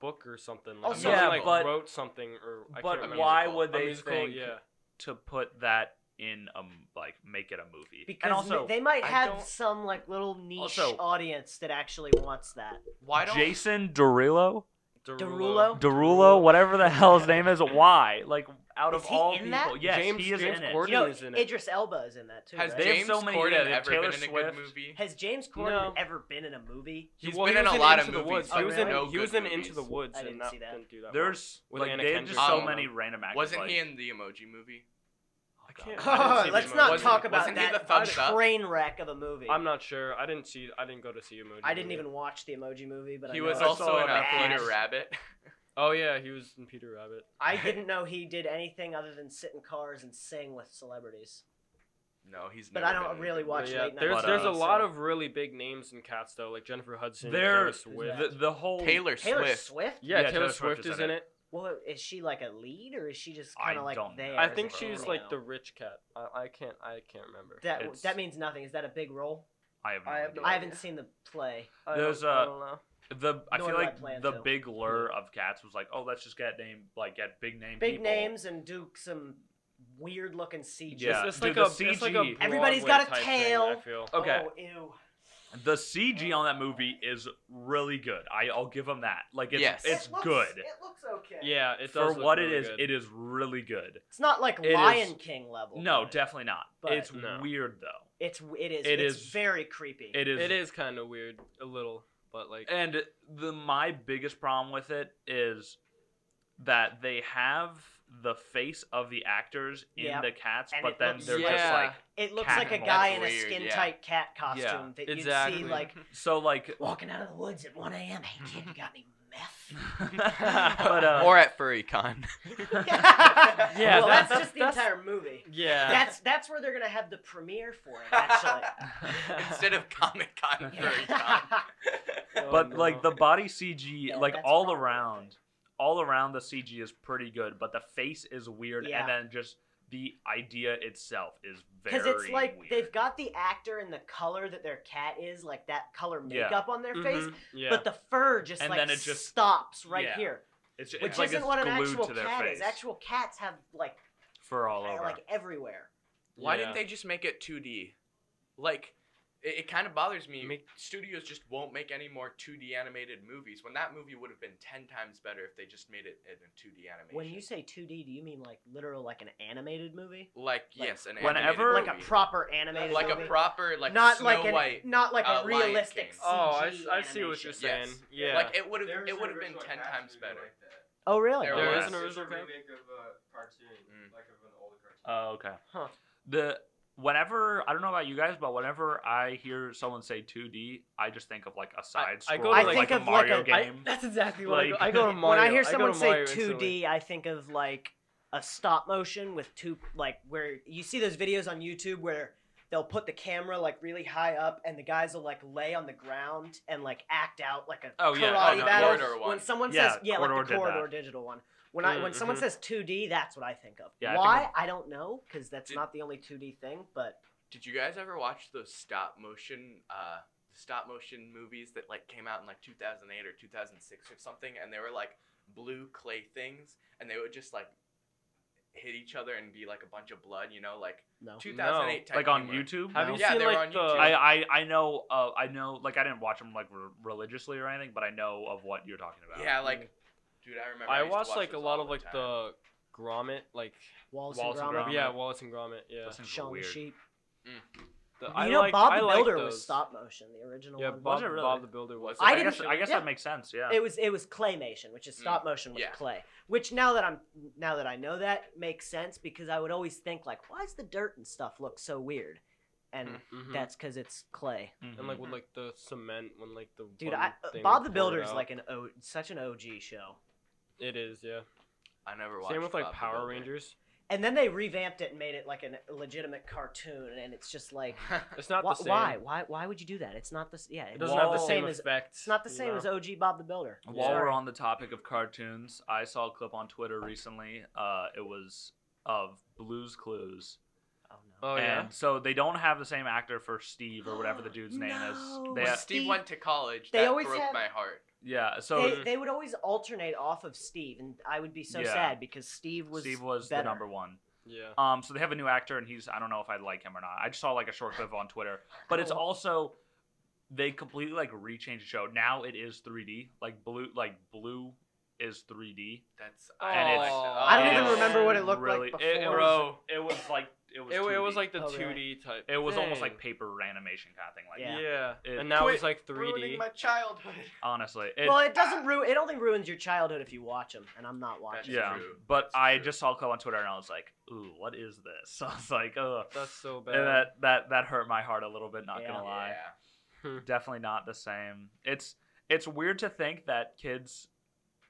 B: book or something. Like,
C: Also-
B: someone,
A: Oh, Yeah,
B: like
A: but-
B: wrote something or. I
A: but
B: can't remember.
A: why
D: musical.
A: would
B: A
A: they
B: musical,
A: think
B: Yeah.
A: to put that in a m- like make it a movie?
C: Because
A: and
C: ma-
A: also,
C: they might
D: I
C: have
D: don't-
C: some like little niche
A: Also-
C: audience that actually wants that.
D: Why don't
A: Jason Derulo,
B: Oh,
C: Derulo?
A: Derulo, whatever the hell his name is, why? Like, out
C: Is
A: of
C: he
A: all
C: in
A: people,
C: that?
A: yes,
B: James-
A: he is
B: James
A: in it.
B: Corden-
C: You know,
B: is in it.
C: Idris Elba is in that too.
D: has
C: right?
A: They have
D: James
A: so many-
D: Corden
A: yeah, they have
D: ever
A: Taylor
D: been in a
A: Swift.
D: good movie?
C: Has James Corden
B: No.
C: ever been in a movie?
D: He's
B: Well,
D: been
B: he
D: in
B: was
D: a lot
B: Into
D: of
B: the
D: movies,
B: Woods.
D: but
B: He was in,
D: no
B: he was
D: good
B: in Into the
D: movies.
B: Woods,
C: I
B: and
C: didn't
B: that
C: see that.
B: didn't do that.
A: There's
B: With
A: like
B: Anna
A: they have
B: Kendrick.
A: just so
D: Um,
A: many random actors.
D: Wasn't
A: like, oh
D: he in the Emoji Movie?
B: well. I can't.
A: I didn't see the
C: Let's
A: movie.
C: not
D: Wasn't-
C: talk about
D: wasn't he
C: that
D: the thumbs up?
C: train wreck of a movie.
B: I'm not sure. I didn't see. I didn't go to see Emoji.
C: I didn't
B: Movie.
C: even watch the Emoji Movie, but I
D: He
C: know
D: was
C: it's
D: also
C: so
D: in uh,
C: bad.
D: Peter Rabbit.
B: Oh yeah, he was in Peter Rabbit.
C: I didn't know he did anything other than sit in cars and sing with celebrities.
D: No, he's.
C: But
D: never
C: I don't
D: been in a
C: really
D: good
C: watch
B: But
D: movie.
B: yeah,
C: late night
B: there's
A: But,
B: there's
A: uh,
B: a lot
C: so-
B: of really big names in Cats though, like Jennifer Hudson,
A: There-
B: Taylor Swift.
A: the, the whole.
D: Taylor
C: Taylor
D: Swift.
C: Swift?
B: yeah,
A: Yeah,
B: Taylor,
A: Taylor Swift
B: Swift
A: is
B: is
A: in
B: in it.
C: Well, is she like a lead or is she just
A: I
C: kind of like
A: don't know.
C: there?
B: I
A: There's
C: as
B: think
C: a
B: she's
C: cameo?
B: like the rich cat. I, I can't I can't remember.
C: That
A: It's- Oh,
C: that means nothing. Is that a big role?
A: I have no
B: I have
A: idea.
B: no
C: I haven't seen the play.
B: I
A: There's,
B: don't-
A: uh,
B: I don't know.
A: The I
C: Nor
A: feel
C: do I
A: like
C: plan
A: the
C: to.
A: big lure of cats was like, oh, let's just get name like get big name
C: Big
A: people.
C: names and do some weird looking CG.
A: Yeah,
B: it's, it's
A: dude,
B: like
A: the
B: a, it's like a
A: CG.
C: Everybody's got a
B: Broadway type Thing,
C: tail.
B: I feel.
A: Okay,
C: Oh, ew.
A: the CG on that movie is really good. I, I'll give them that. Like it's
D: Yes.
A: it's
C: It looks-
A: good
C: It looks okay.
B: Yeah, it
A: for
B: does look
A: what
B: really
A: it is.
B: good.
A: It is really good.
C: It's not like
A: It is-
C: Lion King level.
A: No,
C: but
A: definitely not.
C: But-
A: it's
B: No.
A: weird though.
C: It's it is
A: It
C: it's
A: is-
C: very creepy.
A: It is.
B: it is kind of weird a little, but like
A: And the my biggest problem with it is that they have the face of the actors in
C: Yeah.
A: the cats,
C: And
A: but
C: it
A: then
C: looks-
A: they're just
B: Yeah.
A: like
C: It looks
A: Cat
C: like a
A: animal.
C: guy
D: That's
C: in a
D: weird, yeah.
C: skin tight cat costume
A: Yeah,
C: that
B: exactly.
C: you'd see like
A: so like.
C: walking out of the woods at 1 a.m. Hey kid, you got any meth?
A: but uh,
D: or at FurryCon.
B: Yeah,
C: well,
B: that-
C: that's just the
B: that's-
C: entire movie.
B: yeah.
C: That's that's where they're gonna have the premiere for it. Actually,
D: Instead of Comic Con, FurryCon.
B: Oh,
A: but
B: no.
A: like the body CG,
C: Yeah,
A: like
C: that's
A: all
C: probably-
A: around, all around the CG is pretty good, but the face is weird,
C: Yeah.
A: and then just the idea itself is very.
C: because it's like
A: weird.
C: they've got the actor and the color that their cat is, like that color
A: Yeah.
C: makeup on their
A: Mm-hmm.
C: face,
B: Mhm, Yeah.
C: but the fur just
A: And
C: like
A: then it just-
C: stops right
A: yeah.
C: here,
A: it's,
C: which
A: it's like
C: isn't
A: it's
C: what an
A: glued
C: actual
A: to their
C: cat
A: face
C: is. Actual cats have like
A: for all
C: kinda,
A: over.
C: like everywhere.
D: Why
B: yeah.
D: didn't they just make it 2D? Like, it, it kind of bothers me.
B: Make-
D: Studios just won't make any more 2D animated movies when that movie would have been 10 times better if they just made it in a 2D animation.
C: When you say 2D, do you mean like literal, like an animated movie?
D: Like,
C: Like,
D: yes, an
A: Whenever-
D: animated
C: like a
D: movie.
C: proper animated
D: Like
C: movie?
D: a proper, like,
C: not
D: Snow
C: like an,
D: White.
C: not like
D: uh,
C: a
D: Lion
C: realistic
D: King.
C: CG
B: Oh, I, I see what
C: animation.
B: you're saying.
D: Yes.
B: Yeah.
D: Like, it would have
F: There was
D: it would
F: an
D: have been
F: original
D: 10
F: Cats
D: times
F: movie
D: better.
F: Like that.
C: oh really
D: There
B: There
D: was.
B: is an
F: It's
B: original
F: a
B: Cats?
F: remake of a cartoon,
D: Mm.
F: like of an old cartoon.
A: Oh, okay.
B: Huh.
A: The whenever I don't know about you guys, but whenever I hear someone say 2D, I just think of like a side
B: I
A: scroll,
B: go to,
A: like,
B: like-
A: a
C: I think of, like,
A: Mario
C: a-
B: I-
A: game.
B: that's exactly what I go-
A: Like-
B: I go. to Mario.
C: when I hear
B: go to
C: someone say
B: Mario
C: 2D, I think of like a stop motion with two like where you see those videos on YouTube where they'll put the camera like really high up and the guys will like lay on the ground and like act out like a
A: Oh,
C: karate
A: yeah. Oh, the
C: battle.
D: corridor one.
C: When someone
A: Yeah,
C: says yeah, like
A: Corridor
C: the
A: did that.
C: corridor digital one. When I when someone
B: Mhm.
C: says 2D, that's what I think of.
A: Yeah, I think
C: Why I don't know because that's
D: Did-
C: not the only 2D thing, but
D: Did you guys ever watch those stop motion uh stop motion movies that like came out in like 2008 or 2006 or something and they were like blue clay things and they would just like hit each other and be like a bunch of blood, you know, like
C: no.
D: 2008 type
A: like on
D: humor.
A: YouTube.
B: Have
A: No?
B: you
D: Yeah,
B: seen
D: they were
B: like
D: on
B: the?
D: YouTube.
A: I, I I know uh, I know like I didn't watch them like re- religiously or anything, but I know of what you're talking about.
D: Yeah, like dude, I remember
B: I
D: used to
B: watched
D: watch
B: like a
D: those
B: lot
D: all
B: of like
D: time.
B: the Gromit, like
C: Wallace,
A: Wallace
C: and
A: and
C: Gromit.
A: Gromit.
B: yeah, Wallace and Gromit, yeah.
A: Those things were
C: Shaun the
A: weird.
C: Sheep.
B: The-
C: You
B: I
C: know,
B: liked-
C: Bob
B: I
C: the
B: liked
C: Builder was
B: those.
C: stop motion, the original
B: Yeah,
C: one.
B: Bob,
A: it really?
B: Bob the Builder was.
D: I
A: I,
D: didn't-
A: guess I guess
C: yeah.
A: that makes sense. Yeah.
C: It was it was claymation, which is
D: Mm,
C: stop motion with
D: yeah.
C: clay. Which now that I'm now that I know that makes sense because I would always think like, why does the dirt and stuff look so weird? And
D: Mm.
B: Mhm.
C: that's because it's clay.
A: Mhm.
B: and like with like the cement when like the
C: Dude,
B: one
C: I, uh,
B: thing
C: Bob
B: would
C: the
B: pour it
C: Builder is
B: out.
C: like an o, such an OG show.
B: it is yeah.
D: I never watched
B: Same with like
D: Bob the
B: Power
D: Builder.
B: Rangers.
C: and then they revamped it and made it like a legitimate cartoon, and it's just like,
B: It's not
C: why,
B: the same.
C: why, why, why would you do that? It's not the s- yeah,
B: It
C: it's
B: doesn't
C: not
B: have the
A: Wall-
B: same
C: as
B: effect.
C: it's not the
B: you
C: same
B: know?
C: as OG Bob the Builder.
A: While
B: Yeah.
A: we're on the topic of cartoons, I saw a clip on Twitter recently. Uh, it was of Blue's Clues.
C: Oh no.
B: Oh yeah.
A: And so they don't have the same actor for Steve or whatever the dude's name
C: No.
A: is. They
D: When
C: Yeah.
D: Steve went to college,
C: They
D: that
C: always
D: broke
C: have-
D: my heart.
A: yeah, so
C: they, they would always alternate off of Steve, and I would be so
A: Yeah.
C: sad because Steve was
A: Steve was
C: better.
A: the number one.
B: Yeah.
A: Um, so they have a new actor, and he's I don't know if I like him or not. I just saw like a short clip on Twitter, but it's
C: Cool.
A: also they completely like rechanged the show. Now it is 3D. Like blue, like blue is 3D.
D: That's oh,
A: And it's-
C: I don't even
A: It's
C: remember what it looked
A: really,
C: like
A: It, it was,
C: before.
B: Bro.
A: it was like it was
B: It, it
A: 2D.
B: was like the
C: Oh,
B: 2D
C: really?
B: type.
A: it was almost like
B: thing.
A: paper animation kind of thing. Like
C: Yeah.
B: Yeah.
A: It-
B: and now it's
D: Quit
B: like
D: ruining
B: 3D.
D: my childhood.
A: honestly, it,
C: well, it doesn't ruin. It only ruins your childhood if you watch them, and I'm not
D: That's
C: watching.
A: yeah.
D: true.
A: But
D: That's
A: I
D: true.
A: just saw a clip on Twitter, and I was like, "Ooh, what is this?" So I was like, "Ugh."
B: That's so bad.
A: And that that that hurt my heart a little bit. Not
C: Yeah.
A: gonna lie.
D: Yeah.
A: definitely not the same. It's it's weird to think that kids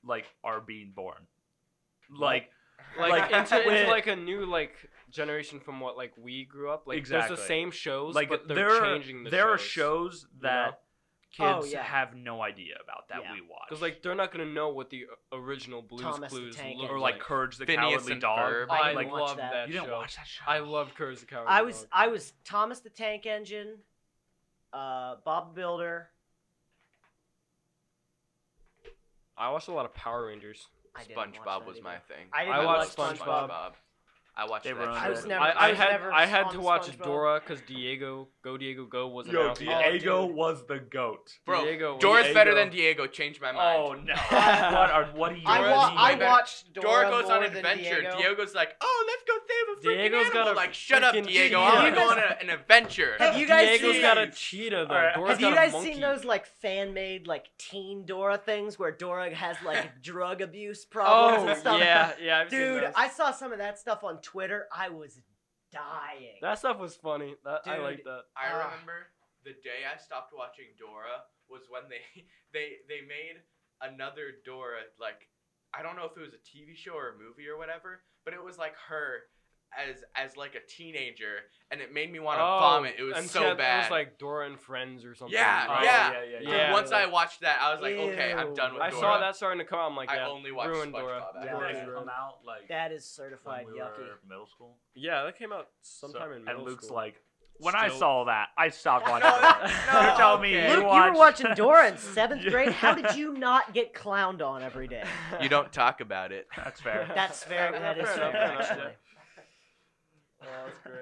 A: like are being born. Like
B: like,
A: Like,
B: into,
A: when-
B: into like a new like generation from what like we grew up. Like
A: Exactly.
B: there's the same shows,
A: like
B: but they're
A: there are,
B: changing the
A: there are
B: shows.
A: shows that
C: Oh,
A: kids
C: yeah.
A: have no idea about that
C: Yeah.
A: we watch.
B: because like they're not gonna know what the o- original Blues
C: Thomas the
B: Clues
C: Tank
B: look
A: or
C: Engine.
A: like Courage the
D: Phineas
A: Cowardly
D: and
A: Dog.
D: Ferb.
B: I,
A: like,
C: watch
B: love
C: that.
B: that.
A: you didn't
B: show.
A: watch that show.
B: I love Curse the Cowardly
C: I was
B: Dog.
C: I was Thomas the Tank Engine, uh, Bob Builder.
B: I watched a lot of Power Rangers.
C: I didn't watch
D: SpongeBob
C: that
D: was
C: either.
D: my thing.
C: I didn't
B: I watched
C: watch SpongeBob.
D: I watched
A: They
D: that.
A: were on
D: show.
A: I was
C: never-
B: I,
C: I
B: I
C: was
B: had
C: never
B: I had
C: on
B: to watch
C: SpongeBob.
B: Dora because Diego Go Diego Go was an
A: Yo,
B: alpha.
C: Di-
A: Diego
C: Oh, dude.
A: was the goat.
D: Bro,
B: Diego was-
D: Dora's better
A: Diego.
D: than Diego. Changed my mind.
A: Oh no! what are what do you?
C: I,
D: Dora's
C: wa-
A: mean?
C: I
D: better.
C: watched Dora,
D: Dora goes on
C: more
D: an
C: than
D: adventure.
C: Diego.
D: Diego's like, oh, let's go save a freaking
B: Diego's got
D: animal.
B: a
D: like, shut up,
B: freaking
D: Diego.
B: cheetah.
D: I'm going on a- an adventure.
C: Have you guys
B: Diego's
C: seen-
B: got a cheetah though.
A: Alright.
B: Dora's
C: Have you
B: got a
C: guys
B: monkey.
C: seen those like fan made like teen Dora things where Dora has like drug abuse problems and
B: Oh
C: stuff?
B: yeah, yeah, I've seen
C: Dude,
B: those.
C: I saw some of that stuff on Twitter. I was dying.
B: That stuff was funny. That, I
C: Dude.
B: like that.
D: I
C: Ah.
D: remember the day I stopped watching Dora was when they they they made another Dora like I don't know if it was a TV show or a movie or whatever, but it was like her as as like a teenager, and it made me want to
B: Oh,
D: vomit. It was
B: and
D: so
B: she had-
D: bad.
B: It was like Dora and Friends or something.
D: Yeah,
A: Oh,
B: right?
D: yeah.
A: yeah,
D: And
B: yeah.
D: Once I watched that, I was like, okay, I'm
C: Ew.
D: done with
B: I
D: Dora.
B: saw that starting to come. I'm like,
D: I
B: yeah,
D: only watched
B: ruined
D: SpongeBob
B: Dora.
D: after
A: Yeah,
C: Dora
A: they
C: is
A: come out like
C: That is
A: when
C: certified
A: we were
C: yucky.
A: middle school.
B: Yeah, that came out sometime
A: So-
B: in middle
A: and Luke's
B: school.
A: like, when I
B: Still-
A: saw that, I stopped watching.
D: No,
A: Dora."
D: no,
A: You're telling me
D: okay.
C: Luke,
A: you,
C: you were
A: watched-
C: watching Dora in seventh
A: Yeah.
C: grade. How did you not get clowned on every day?
D: You don't talk about it.
A: That's fair.
C: That's fair. That is
B: Fair
C: fair,
B: enough, fair enough,
C: actually.
B: Oh, that's great.
F: Uh,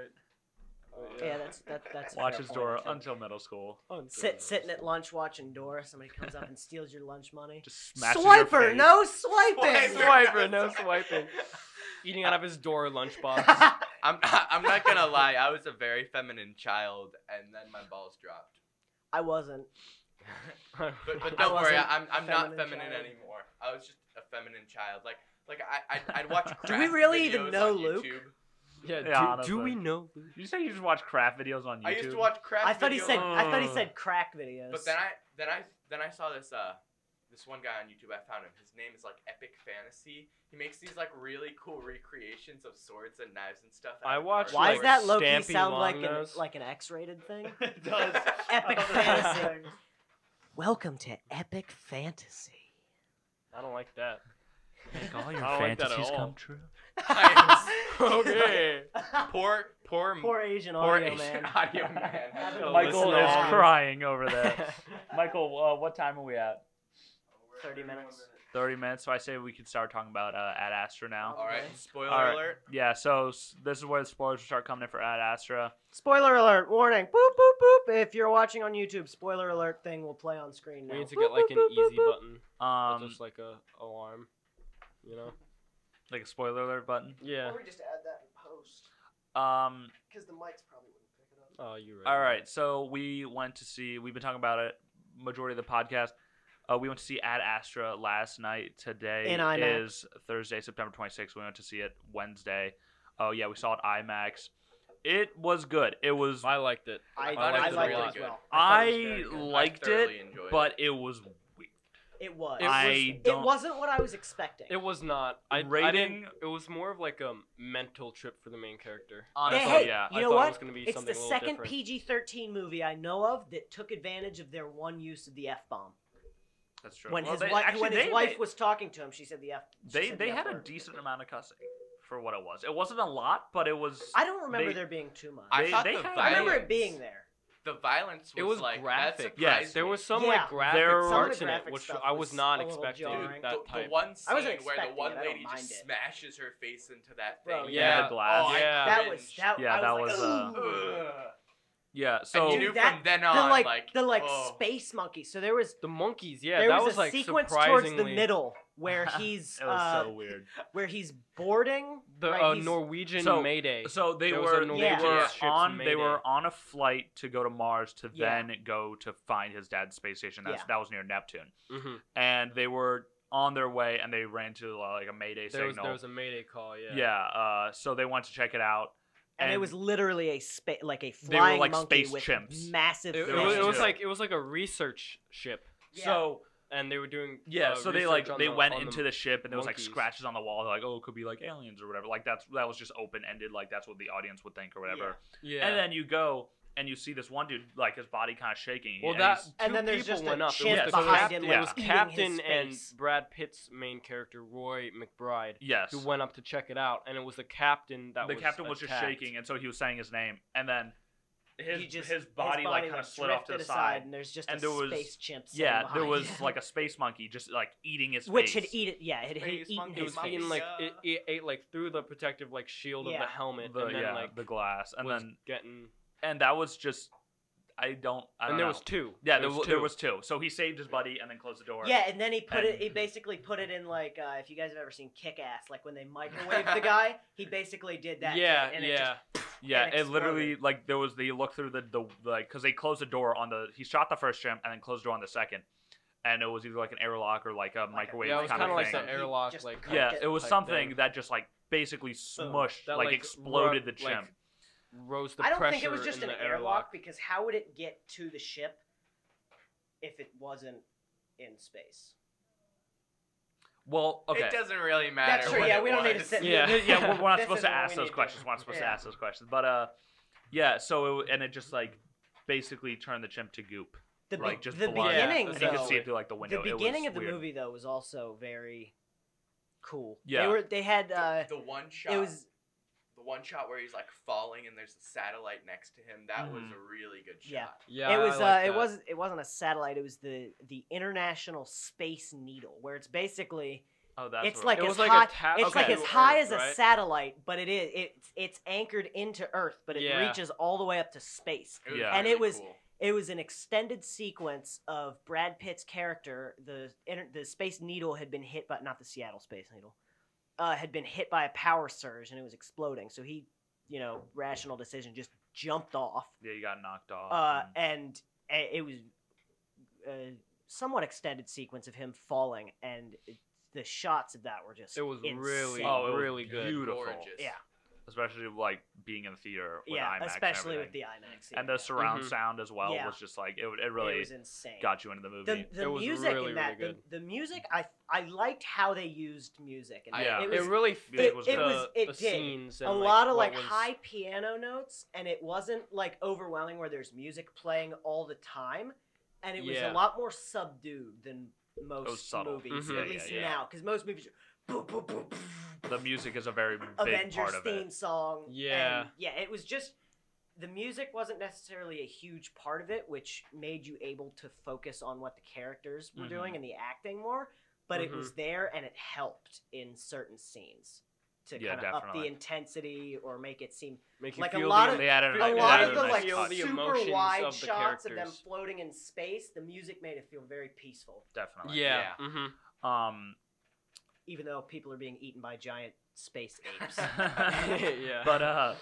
B: Oh,
C: Yeah, that's that, that's. a fair
A: Watches
C: point,
A: Dora
C: I think.
A: until middle school.
B: Oh, it's
C: Sit
B: good.
C: sitting at lunch watching Dora. Somebody comes up and steals your lunch money.
A: Just smashes your
C: Swiper,
A: face.
C: no swiping.
B: Swiper, no swiping. Eating
C: Uh,
B: out of his Dora lunchbox.
D: I'm not, I'm not gonna lie. I was a very feminine child, and then my balls dropped.
C: I wasn't.
D: But, but
C: I
D: don't worry,
C: wasn't
D: I'm, I'm not
C: feminine
D: feminine
C: child.
D: anymore. I was just a feminine child. Like like I I'd, I'd watch.
C: Do we
D: craft
C: really even
D: videos
C: know
D: on
C: Luke?
D: YouTube.
B: yeah,
A: Yeah,
B: do,
A: honestly.
B: do we know? Luke?
A: You say you just watch craft videos on YouTube.
D: I used to watch craft.
C: I thought he
D: videos,
C: said. I thought he
B: Oh.
C: said crack videos.
D: But then I then I then I saw this uh this one guy on YouTube. I found him. His name is like Epic Fantasy. He makes these like really cool recreations of swords and knives and stuff.
B: I watched,
C: Why does
B: like,
C: that low key
B: Stampy
C: sound like an,
B: Longnose.
C: like an X-rated thing?
A: it
D: does.
C: Epic
A: Oh,
C: fantasy. Welcome to epic fantasy.
B: I don't like that.
A: Make all your
B: I don't like that at
A: fantasies
B: all.
A: come true.
B: Okay.
D: poor poor
C: Poor Asian
D: poor
C: audio
D: Asian
C: man.
D: audio man.
C: Having
B: Michael
A: Michael
B: Listen
A: is
B: is on.
A: crying over there. Michael, uh, what time are we at?
F: We're at
C: 30
F: 31
C: minutes.
A: Thirty minutes. So I say we could start talking about uh, Ad Astra now.
D: All right.
C: Okay.
D: Spoiler
A: All right.
D: alert.
A: Yeah. So s- this is where the spoilers will start coming in for Ad Astra.
C: Spoiler alert! Warning! Boop boop boop! If you're watching on YouTube, spoiler alert thing will play on screen now.
B: We need to
C: Boop,
B: get uh, like
C: boop,
B: an
C: boop, boop,
B: easy
C: boop.
B: button, or
A: Um,
B: just like a alarm. You know?
A: like a spoiler alert button.
B: Yeah.
F: Or we just add that in post.
A: Um,
F: Because the mics probably wouldn't pick it up.
B: Oh, you're right.
A: All right, so we went to see. We've been talking about it majority of the podcast. Uh, we went to see Ad Astra last night. Today
C: In IMAX.
A: is Thursday, September 26th. We went to see it Wednesday. Oh yeah, we saw it IMAX. It was good. It was.
B: I liked it.
C: I,
D: thought
B: it
C: I
B: was
C: liked
B: really
C: it as
D: good.
C: well.
A: I
D: I
A: liked
D: thoroughly
A: it,
D: enjoyed
A: but it was weird.
C: It was.
B: It was-
A: I
C: It
A: don't.
C: wasn't what I was expecting.
B: It was not. I, I
A: Rating-
B: didn't. It was more of like a mental trip for the main character.
A: Honestly,
B: I thought,
C: hey,
B: yeah.
C: you
B: I
C: know
B: thought
C: what?
B: it was gonna be
C: it's
B: something
C: the
B: a little
C: second
B: different.
C: PG-13 movie I know of that took advantage of their one use of the f-bomb.
A: That's true.
C: When
A: Well,
C: his
A: they-
C: wife,
A: actually,
C: when his
A: they-
C: wife
A: they-
C: was talking to him, she said the f. she
A: They
C: said
A: they
C: the
A: had a
C: F-word.
A: decent amount of cussing for what it was. It wasn't a lot, but it was.
C: I don't remember
A: they-
C: there being too much.
D: I
A: They-
D: thought
A: they
D: the
A: had-
D: violence,
C: I remember it being there.
D: The violence was,
B: It was
D: like
B: graphic.
D: That
A: Yes,
B: There
D: surprised me.
B: was some
C: Yeah.
B: like graphic
A: There- Some of
B: parts
C: the
B: in it,
C: graphic
B: which
C: stuff
B: I
C: was
B: was not
C: a little
B: expecting
C: jarring.
B: that
D: the, the
B: type.
D: one
C: I wasn't
D: scene where the
C: expecting it,
D: one
C: I don't
D: lady just
C: mind it.
D: smashes her face into that
C: Bro,
D: thing.
B: yeah.
A: Yeah, the glass.
D: Oh, I
B: Yeah.
C: That was
D: cringed.
C: that.
A: Yeah,
C: I
A: that
C: was.
A: was,
C: like,
A: uh,
C: "Ooh."
D: Ugh.
A: yeah.
D: and
A: So
D: you
C: Dude,
D: knew
C: that-
D: from then
A: oh,
C: the
D: on,
C: like,
D: like
C: the like
D: oh.
C: space monkey. So there was
B: The monkeys, yeah,
C: there
B: that
C: was,
B: was
C: a
B: like
C: sequence
B: surprisingly
C: towards the middle where he's
A: it was
C: uh,
A: so weird.
C: where he's boarding.
B: the
C: right,
B: uh,
C: he's-
B: Norwegian
A: So-
B: Mayday.
A: So they
B: There was
A: were
B: a
A: they
C: Norwegian
A: were
B: ship's
A: on they
B: mayday.
A: were on a flight to go to Mars to
C: Yeah.
A: then go to find his dad's space station. That's
C: Yeah.
A: that was near Neptune,
B: hmm
A: and they were on their way and they ran to uh, like a mayday
B: there was
A: signal.
B: there was a Mayday call, yeah.
A: uh, so they went to check it out.
C: and, it
A: And-
C: was literally a spa- like a
A: They were
C: flying
A: like
C: monkey
A: space
C: with
A: chimps.
C: massive.
B: It, it
A: There
B: was, it
A: was
B: was
A: two.
B: like it was like a research ship,
C: Yeah.
A: So
B: and they were doing
A: yeah,
B: uh,
A: so they
B: research
A: like
B: on
A: they
B: the-
A: went
B: on
A: into the, ship and there was like
B: monkeys.
A: scratches on the wall. They're like, oh, it could be like aliens or whatever. Like that's that was just open ended. Like that's what the audience would think or whatever.
C: Yeah.
B: yeah.
A: And then you go and you see this one dude, like his body kind of shaking.
B: well,
A: and
B: that
A: he's-
B: two
C: And then there's
B: people
C: just a
B: went up.
A: chimp
B: it was the
A: behind
B: captain,
A: him,
B: it
A: like,
B: was
C: eating his
B: captain and
C: face.
B: Brad Pitt's main character Roy McBride
A: yes,
B: who went up to check it out, and it was the captain that
A: the
B: was
A: captain was just
B: attacked.
A: shaking, and so he was saying his name, and then his
C: He just-
A: his body like kind of slid off to the
C: drifted
A: side.
C: aside, and there's just
A: and
C: a
A: there was-
C: space chimp. sitting
A: Yeah, there
C: behind
A: was
C: him,
A: like a space monkey just like eating his
C: which
A: face.
C: had eat it. Yeah, it had
D: Space
C: eaten
D: monkey
C: his
B: It was
D: monkey.
B: eating
C: face.
B: like
D: Yeah.
B: it, it ate like through the protective like shield of
C: Yeah.
B: the helmet,
A: the,
B: and then
A: yeah,
B: like
A: the glass, and
B: was
A: then
B: getting
A: and that was just I don't I don't
B: and there
A: know.
B: was two.
A: yeah there,
B: was
A: was there was two. So he saved his buddy and then closed the door.
C: Yeah, and then he put it.
A: And-
C: He basically put it in like uh, if you guys have ever seen Kick Ass, like when they microwave the guy, he basically did that.
B: yeah,
C: shit, and It
B: yeah.
C: just,
A: yeah.
C: and
A: It literally like there was the look through the the like because they closed the door on the he shot the first chimp and then closed the door on the second, and it was either like an airlock or like a microwave
B: yeah, it was
A: kind
B: kinda
A: of
B: like
A: thing.
B: that
C: He
B: airlock,
C: just
B: like,
C: cooked
A: yeah,
C: it.
A: it was
B: type
A: something
B: thing.
A: that just like basically smushed
B: That,
A: like,
B: like,
A: exploded the
B: ru-
A: chimp.
B: like, Rose the
C: I don't
B: pressure
C: think it was just
B: in
C: an
B: the
C: airlock, because how would it get to the ship if it wasn't in space?
A: well, okay.
D: It doesn't really matter.
C: That's true.
D: what
C: Yeah,
D: it
C: we don't need to
D: was.
C: sit.
B: Yeah.
A: yeah, we're, we're not
C: This
A: supposed
C: is
A: to
C: what
A: ask
C: we
A: those
C: need to-
A: questions. We're not supposed to
C: Yeah.
A: ask those questions. But uh, yeah. So it, and it just like basically turned the chimp to goop,
C: The, be-
A: like just
C: the
A: blood.
B: Yeah,
C: beginning,
A: and
C: though,
A: you could see it through like the
C: the
A: window. It was
C: beginning of the
A: weird.
C: movie though was also very cool.
A: Yeah.
C: they were. They had. Uh,
D: the one shot.
C: it was
D: the one shot where he's like falling and there's a satellite next to him. That was
A: Mhm.
D: a really good shot.
C: Mm-hmm. Yeah.
B: Yeah,
C: it was
B: I
C: uh,
B: like
C: it
B: that.
C: was it wasn't a satellite. It was the the International Space Needle, where it's basically
A: Oh, that's
C: it's
A: where-
C: like
B: It
C: as
B: was like a
C: high
B: tap
C: it's like
A: okay.
C: as high
B: Ah, Earth,
C: as a
B: right?
C: satellite, but it is it's it's anchored into Earth, but it
B: Yeah.
C: reaches all the way up to space.
D: It was
A: Yeah.
C: And it
D: really
C: was-
D: cool.
C: It was an extended sequence of Brad Pitt's character. The inter- the Space Needle had been hit by not the Seattle Space Needle, uh, had been hit by a power surge and it was exploding. So he, you know, rational decision just jumped off
A: yeah, you got knocked off.
C: uh,
A: and-
C: and a- it was a somewhat extended sequence of him falling, and it, the shots of that were just
B: It was
C: insane.
B: really,
A: Oh, it was
B: really good.
A: beautiful.
D: Gorgeous.
C: Yeah.
A: especially like being in the theater with
C: yeah,
A: IMAX, and
C: especially with the
A: everything.
C: IMAX
A: and the surround
B: Mhm.
A: sound as well
C: Yeah.
A: was just like it. It
C: yeah. It
A: really
C: was insane.
A: got you into the movie.
C: the the
B: It was
C: music
B: really,
C: in that
B: really
C: the, the music I I liked how they used music and
D: I-
A: Yeah.
C: it
B: It
C: was
B: really fit
A: was
B: the,
A: it
C: was- it
B: the
C: did.
B: scenes and
C: a lot of like
B: what was-
C: high piano notes and it wasn't like overwhelming where there's music playing all the time and it was a
B: Yeah.
C: lot more subdued than most
A: subtle.
C: movies
B: Mhm.
C: at
A: Yeah,
C: least
A: yeah, yeah.
C: now because most movies are boop, boop, boop, boop,
A: The music is a very big
C: avengers
A: part of
C: theme
A: it.
C: song and,
B: Yeah.
C: yeah it was just the music wasn't necessarily a huge part of it which made you able to focus on what the characters were
A: Mhm.
C: doing and the acting more but it
B: Mhm.
C: was
A: Mm-hmm.
C: there and it helped in certain scenes to
A: Yeah,
C: kind of up the
A: definitely.
C: intensity or make it seem
B: Make you
C: like a
B: feel
C: lot
B: the,
C: of-
A: They added
B: a
C: a
A: they
C: lot
B: Yeah,
A: added
C: of
A: a
C: the
A: nice
C: like
B: feel
A: touch.
B: the
C: super
B: emotions
C: wide
B: of the
C: shots of them
B: characters.
C: floating in space, the music made it feel very peaceful,
A: definitely.
B: yeah.
D: Yeah.
B: Mm-hmm.
A: Um,
C: even though people are being eaten by giant space apes.
B: yeah.
A: but uh,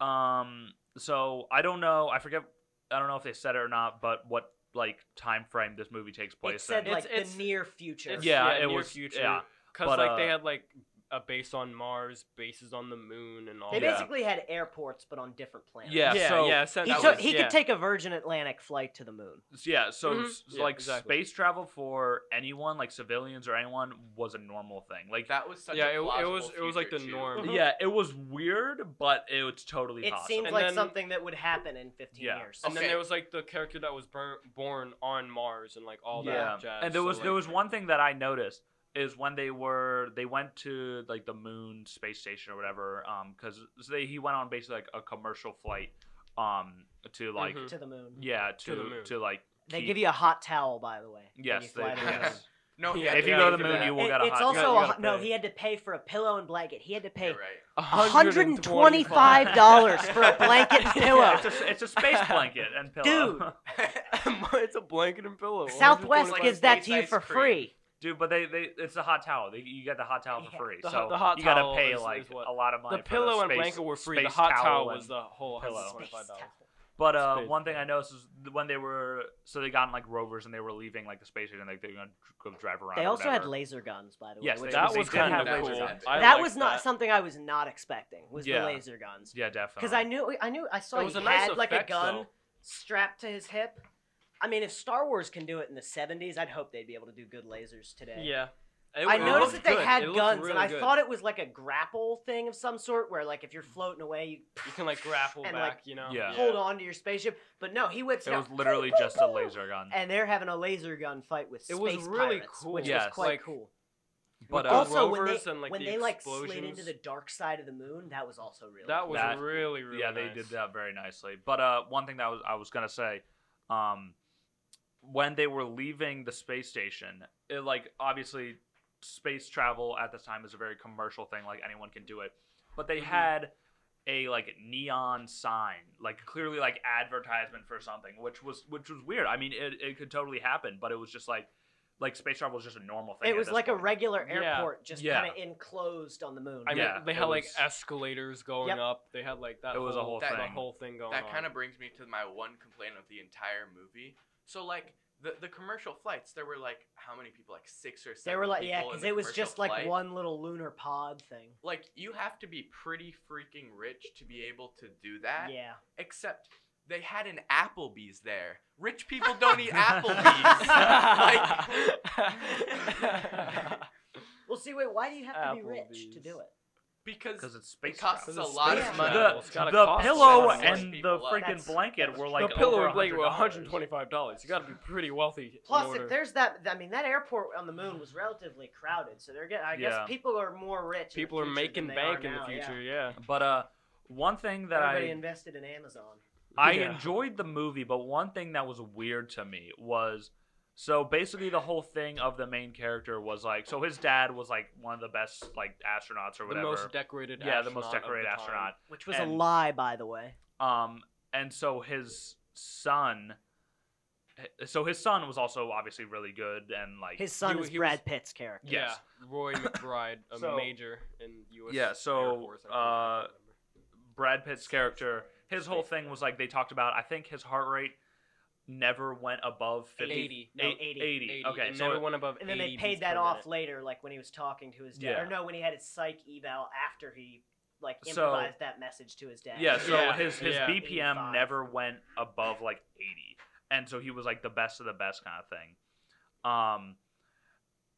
A: um, so I don't know. I forget. I don't know if they said it or not, but what like time frame this movie takes place
C: it said
A: in.
B: It's-
C: like
B: it's-
C: the near future.
A: yeah, it
B: near
A: was-
B: future.
A: yeah.
B: Because
A: But,
B: like they
A: uh,
B: had like uh, a base on Mars, bases on the moon, and all.
C: They
A: Yeah.
B: that.
C: basically had airports, but on different planets.
A: Yeah,
B: Oh, yeah,
A: so-
B: yeah. so
C: He,
B: that
C: took,
B: was-
C: he
B: yeah.
C: could take a Virgin Atlantic flight to the moon.
A: So, yeah, so
C: Mm-hmm.
B: Mhm.
A: s- so,
B: Yeah,
A: like
B: exactly.
A: space travel for anyone, like civilians or anyone, was a normal thing. Like
D: That was such
B: Yeah,
D: a
B: it- it
D: plausible
B: was- it was like
D: future,
B: the
D: too.
B: norm.
A: yeah, it was weird, but it was totally
C: It
A: possible.
C: seems
B: And
C: like
B: then-
C: something that would happen in 15
A: Yeah.
C: years.
B: And
D: Okay.
B: then there was like the character that was bur- born on Mars and like all
A: Yeah.
B: that jazz.
A: and there
B: so,
A: was there
B: like-
A: was one thing that I noticed is when they were they went to like the moon space station or whatever um because they he went on basically like a commercial flight um to like
B: Mhm.
C: to the moon.
A: yeah to
B: To the moon.
A: to like
C: They
A: keep-
C: give you a hot towel, by the way. when you
A: yes they,
C: fly to the moon.
A: yes
D: No,
B: Yeah,
D: yeah,
A: if you
B: yeah,
A: go
B: you
A: to the
B: do
A: moon
B: that.
A: you will
C: It-
A: get a
C: it's
A: hot
C: also
A: towel.
B: You
C: a,
B: gotta
C: hot- no.
B: pay.
C: He had to pay for a pillow and blanket. He had to pay
D: You're right.
C: $125 for a blanket and pillow.
A: Yeah, it's, a, it's a space blanket and pillow
C: Dude.
E: it's a blanket and pillow.
C: Southwest
D: like
C: gives that
D: space
C: to you
D: ice
C: for
D: cream.
C: free.
A: dude but they, they it's a hot towel they, you get the hot towel
C: Yeah,
A: for free
B: the hot-
A: so
B: the hot
A: you gotta
B: towel
A: pay
B: is-
A: like
B: is what-
A: a lot of money
B: The
A: for
B: pillow and
A: space-
B: blanket were free. The
A: space
B: hot towel
A: and-
B: was the whole
A: pillow.
B: $125.
C: Space towel.
A: But uh,
B: Space
A: one thing I
B: program.
A: noticed is th- when they were so they got in like rovers and they were leaving like the space station, like they were gonna dr- go drive around.
C: They
A: or
C: also had
A: whatever.
C: laser guns, by the way.
A: Yes,
C: which
A: they-
B: That
A: they
B: was
A: did
B: kind
A: have
B: of
A: lasers
B: cool.
A: on it.
B: I
C: that
B: liked
C: was not
B: that.
C: something I was not expecting. Was
A: Yeah.
C: the laser guns?
A: yeah, definitely.
C: Because I knew, I knew, I saw
B: It
C: he
B: was a
C: had
B: nice
C: like a
B: effect,
C: gun
B: though.
C: strapped to his hip. I mean, if Star Wars can do it in the '70s, I'd hope they'd be able to do good lasers today.
B: Yeah.
C: I
B: It
C: noticed that
B: looked
C: they
B: good.
C: had
B: It looked
C: guns, and
B: really
C: I
B: good.
C: thought it was like a grapple thing of some sort, where like if you're floating away,
B: you can like grapple
C: and, like,
B: back. you know.
A: Yeah.
C: you hold on to your spaceship. But no, he whips
A: it
C: out,
A: was literally
C: "Pew, pew,
A: just a
C: pew,"
A: laser gun.
C: and they're having a laser gun fight with
B: It
C: space
B: was really
C: pirates,
B: cool.
C: which was
A: Yes.
C: quite
B: Like,
C: cool.
A: But
B: the
A: uh,
B: Also-
C: also, when they
B: rovers and, like,
C: when
B: the
C: they like slid into
B: explosions.
C: the dark side of the moon, that was also really
B: That
C: cool.
B: was
A: That-
B: really really.
A: yeah, they
B: nice.
A: did that very nicely. But uh, one thing that was I was gonna say, um, when they were leaving the space station, it, like obviously space travel at this time is a very commercial thing. Like anyone can do it, but they
C: Mm-hmm.
B: Mhm.
A: had a like neon sign, like clearly like advertisement for something, which was which was weird. I mean, it, it could totally happen, but it was just like like space travel was just a normal thing.
C: It was like a
A: regular
C: regular
B: Yeah.
C: airport, just
A: Yeah.
C: kind of enclosed on the moon.
B: I mean,
A: Yeah,
B: they
A: it
B: had like
A: was-
B: escalators going
C: Yep.
B: up. They had like that.
A: It was a whole
B: that- The
A: thing.
B: whole thing going
D: That
B: on.
D: kind of brings me to my one complaint of the entire movie. So like the the commercial flights, there were like how many people? Like six or seven.
C: they were like, yeah,
D: people in
C: because
D: the
C: it was
D: commercial
C: just like
D: flight.
C: one little lunar pod thing.
D: Like you have to be pretty freaking rich to be able to do that.
C: Yeah.
D: Except they had an Applebee's there. Rich people don't eat Applebee's. like,
C: Well, see, wait, why do you have to be rich to
B: Applebee's.
C: do it?
D: because
A: because it's
D: it
A: space
D: costs
A: travel.
D: a lot
C: space
D: of
C: travel.
D: money.
A: The,
B: It's gotta
A: the
B: cost
A: pillow
D: a lot of
A: and
D: money.
A: the
D: People love-
A: freaking
C: That's-
A: blanket
C: that's
A: were
C: true.
A: like
B: the pillow
A: over
B: and blanket were
A: $100.
B: $125. You got to be pretty wealthy. in
C: Plus,
B: order-
C: if there's that, I mean, that airport on the moon was relatively crowded, so they're getting. I guess
A: Yeah.
C: people are more rich. in the
B: people are
C: future
B: making
C: than they
B: bank
C: are
B: in the
C: now, yeah.
B: future. Yeah.
A: But uh, one thing that
C: Everybody
A: I
C: invested in Amazon.
A: I
B: Yeah.
A: enjoyed the movie, but one thing that was weird to me was so basically the whole thing of the main character was like so his dad was like one of the best like astronauts or
B: The
A: whatever.
B: most decorated.
A: yeah, the most
B: astronaut of
A: decorated
B: the time.
A: astronaut.
C: Which was a
A: And-
C: lie, by the way.
A: Um, and so his son, eh, so his son was also obviously really good and like
C: His son
B: He-
C: is
B: he was-
C: Brad Pitt's character.
A: Yes.
B: Yeah, Roy McBride, a
A: So-
B: major in U.S.
A: Yeah, so,
B: Air Force, I think, I
A: uh,
B: remember.
A: Brad Pitt's character, his whole thing was like they talked about. I think his heart rate never went above 50,
B: 80.
C: No, 80.
A: 80.
B: 80,
A: Okay,
B: and
A: so
B: everyone above
C: And then they
B: 80
C: paid
B: beats
C: that
B: per
C: off
B: minute.
C: later, like when he was talking to his dad,
A: Yeah.
C: or no, when he had his psych eval after he like
A: So-
C: improvised that message to his dad.
A: Yeah, so
B: Yeah,
A: his his
B: yeah.
A: BPM
C: 85.
A: never went above like 80. And so he was like the best of the best kind of thing. Um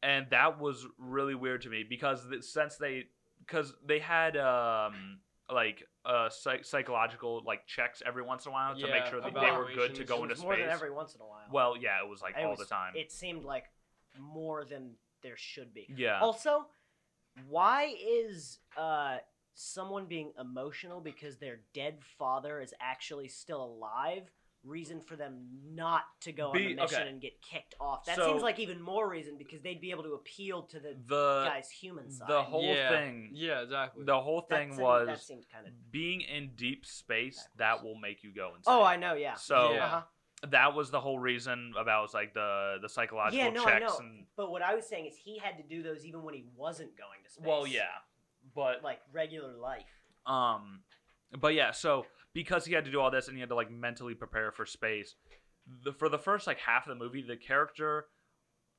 A: and that was really weird to me because th- since they cuz they had um like uh psych- psychological like checks every once in a while to make
B: Yeah,
A: sure that they were
B: evaluations.
A: good to go
C: It
A: into
C: was more
A: space.
C: than every once in a while.
A: well, yeah, it was like
C: It
A: all
C: was-
A: the time.
C: it seemed like more than there should be.
A: yeah.
C: Also, why is uh someone being emotional because their dead father is actually still alive? Reason for them not to go on
A: Be-
C: the mission
A: okay.
C: and get kicked off. That
A: So-
C: seems like even more reason because they'd be able to appeal to the
A: The
C: guy's human side.
A: the whole
B: Yeah.
A: thing
B: Yeah, exactly.
A: the whole
C: That
A: thing
C: seemed- that
A: was
C: seemed kind of.
A: being in deep space
C: Backwards.
A: that will make you go insane.
C: Oh, I know. Yeah.
A: So
B: Yeah.
C: Uh-huh.
A: that was the whole reason about like the the psychological
C: Yeah, no, I
A: checks
C: know.
A: and
C: But what I was saying is he had to do those even when he wasn't going to space.
A: well, yeah, but
C: Like regular life.
A: um, but yeah, so because he had to do all this and he had to like mentally prepare for space, the, for the first like half of the movie, the character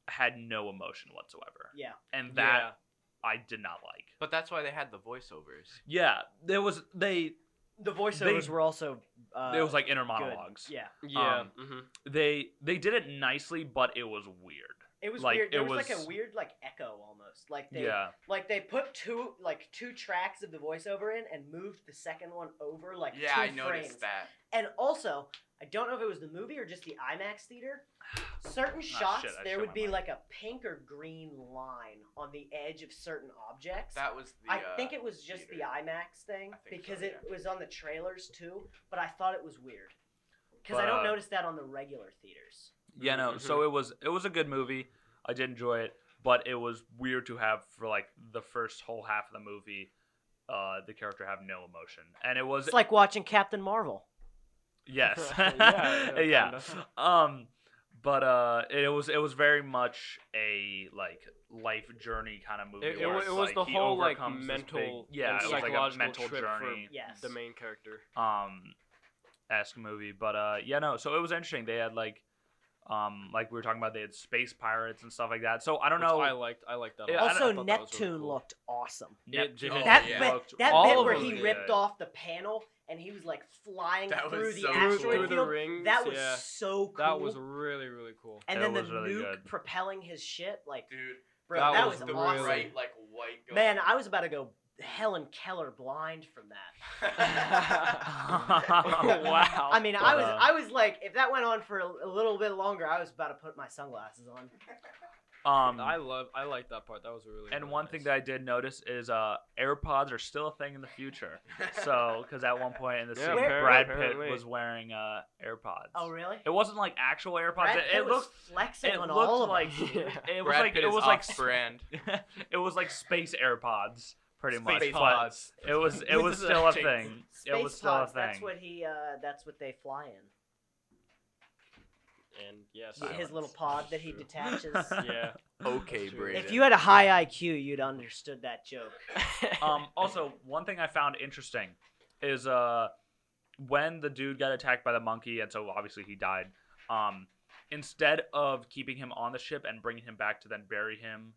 A: had no emotion whatsoever,
C: Yeah.
A: and that
B: Yeah.
A: I did not like.
D: But that's why they had the voiceovers.
A: Yeah, there was they
C: The voiceovers
A: They-
C: were also. Uh,
A: there was like inner
C: good.
A: monologues.
C: Yeah,
B: Yeah.
A: Um,
B: mhm.
A: They they did it nicely, but it was weird.
C: it was
A: Like,
C: weird. There
A: it
C: was, like
A: was-
C: a weird like echo almost. Like they
A: yeah,
C: like they put two like two tracks of the voiceover in and moved the second one over like
D: yeah,
C: two
D: I noticed
C: frames.
D: that.
C: And also, I don't know if it was the movie or just the IMAX theater. Certain shots,
A: shit, I
C: there
A: shit
C: would
A: my
C: be
A: mic.
C: like a pink or green line on the edge of certain objects.
D: That was the.
C: I think
D: uh,
C: it was just the
D: theater.
C: IMAX thing
D: I think
C: because
D: so,
C: it was on the trailers too, but I thought it was weird because
A: But,
C: I don't
A: uh,
C: notice that on the regular theaters.
A: yeah. No, so it was it was a good movie. I did enjoy it, but it was weird to have for like the first whole half of the movie, uh, the character have no emotion, and it was
C: It's like watching Captain Marvel.
A: Yes.
B: Yeah,
A: yeah.
B: yeah, kinda.
A: Um but uh it was it was very much a like life journey kind of movie.
B: It- it
A: where
B: wa-
A: it's
B: it was
A: like
B: the
A: he
B: whole, like,
A: overcomes this big-
B: mental
A: yeah,
B: and
A: it was like a
B: psychological
A: mental
B: trip for-
A: journey
C: Yes.
B: The main character.
A: um esque movie. But uh yeah, no, so it was interesting. They had like um like we were talking about they had space pirates and stuff like that. So I don't
B: which
A: know
B: I liked. I liked that. a
A: Yeah, I
B: lot.
A: don't-
C: also,
B: I thought that was
C: Neptune
B: really cool.
C: looked awesome.
B: It did.
D: Oh,
C: that
D: yeah.
C: bit, that
B: All
C: bit
B: of
C: where
B: them
C: he
B: did.
C: ripped off the panel and he was like flying
D: That was
C: through the
D: so
B: through,
C: asteroid
B: through
D: cool.
C: field.
B: the rings.
C: That was
B: yeah.
C: so cool.
B: That was really really cool.
C: and
A: That
C: then the
A: was really
C: nuke
A: good.
C: propelling his shit, like,
D: Dude,
C: bro,
B: That
C: that,
B: was
C: was,
B: the
C: awesome.
D: bright like white. gold.
C: Man, I was about to go Helen Keller blind from that.
B: wow.
C: I mean, I was,
A: Uh,
C: I was like, if that went on for a, a little bit longer, I was about to put my sunglasses on.
A: um
B: uh, I love. I liked that part. That was really.
A: and
B: really
A: one
B: nice.
A: thing that I did notice is uh AirPods are still a thing in the future. So, because at one point in the
B: Yeah,
A: scene,
C: apparently-
A: Brad Pitt
B: apparently.
A: was wearing uh, AirPods.
C: Oh, really?
A: It wasn't like actual AirPods.
C: Brad
A: it,
C: Pitt
A: it
C: was
A: looked.
C: flexing
A: It
C: on
A: looked
C: all of
A: like.
C: us.
A: It was
D: Brad
A: like.
D: Pitt
A: It
D: is
A: was like.
D: off brand.
A: sp- it was like space AirPods, pretty much.
D: Space
A: but
D: pods.
A: It was. It was
D: This is
A: still a
D: actually-
A: thing.
C: Space
A: it was still
C: pods,
A: a thing.
C: That's what he. Uh, that's what they fly in.
B: And yes.
A: Yeah,
C: His little pod that he
B: True.
C: detaches.
B: Yeah.
D: okay,
B: That's true.
D: Braden.
C: if you had a high IQ, you'd understood that joke.
A: um, also, one thing I found interesting is uh, when the dude got attacked by the monkey, and so obviously he died. Um, instead of keeping him on the ship and bringing him back to then bury him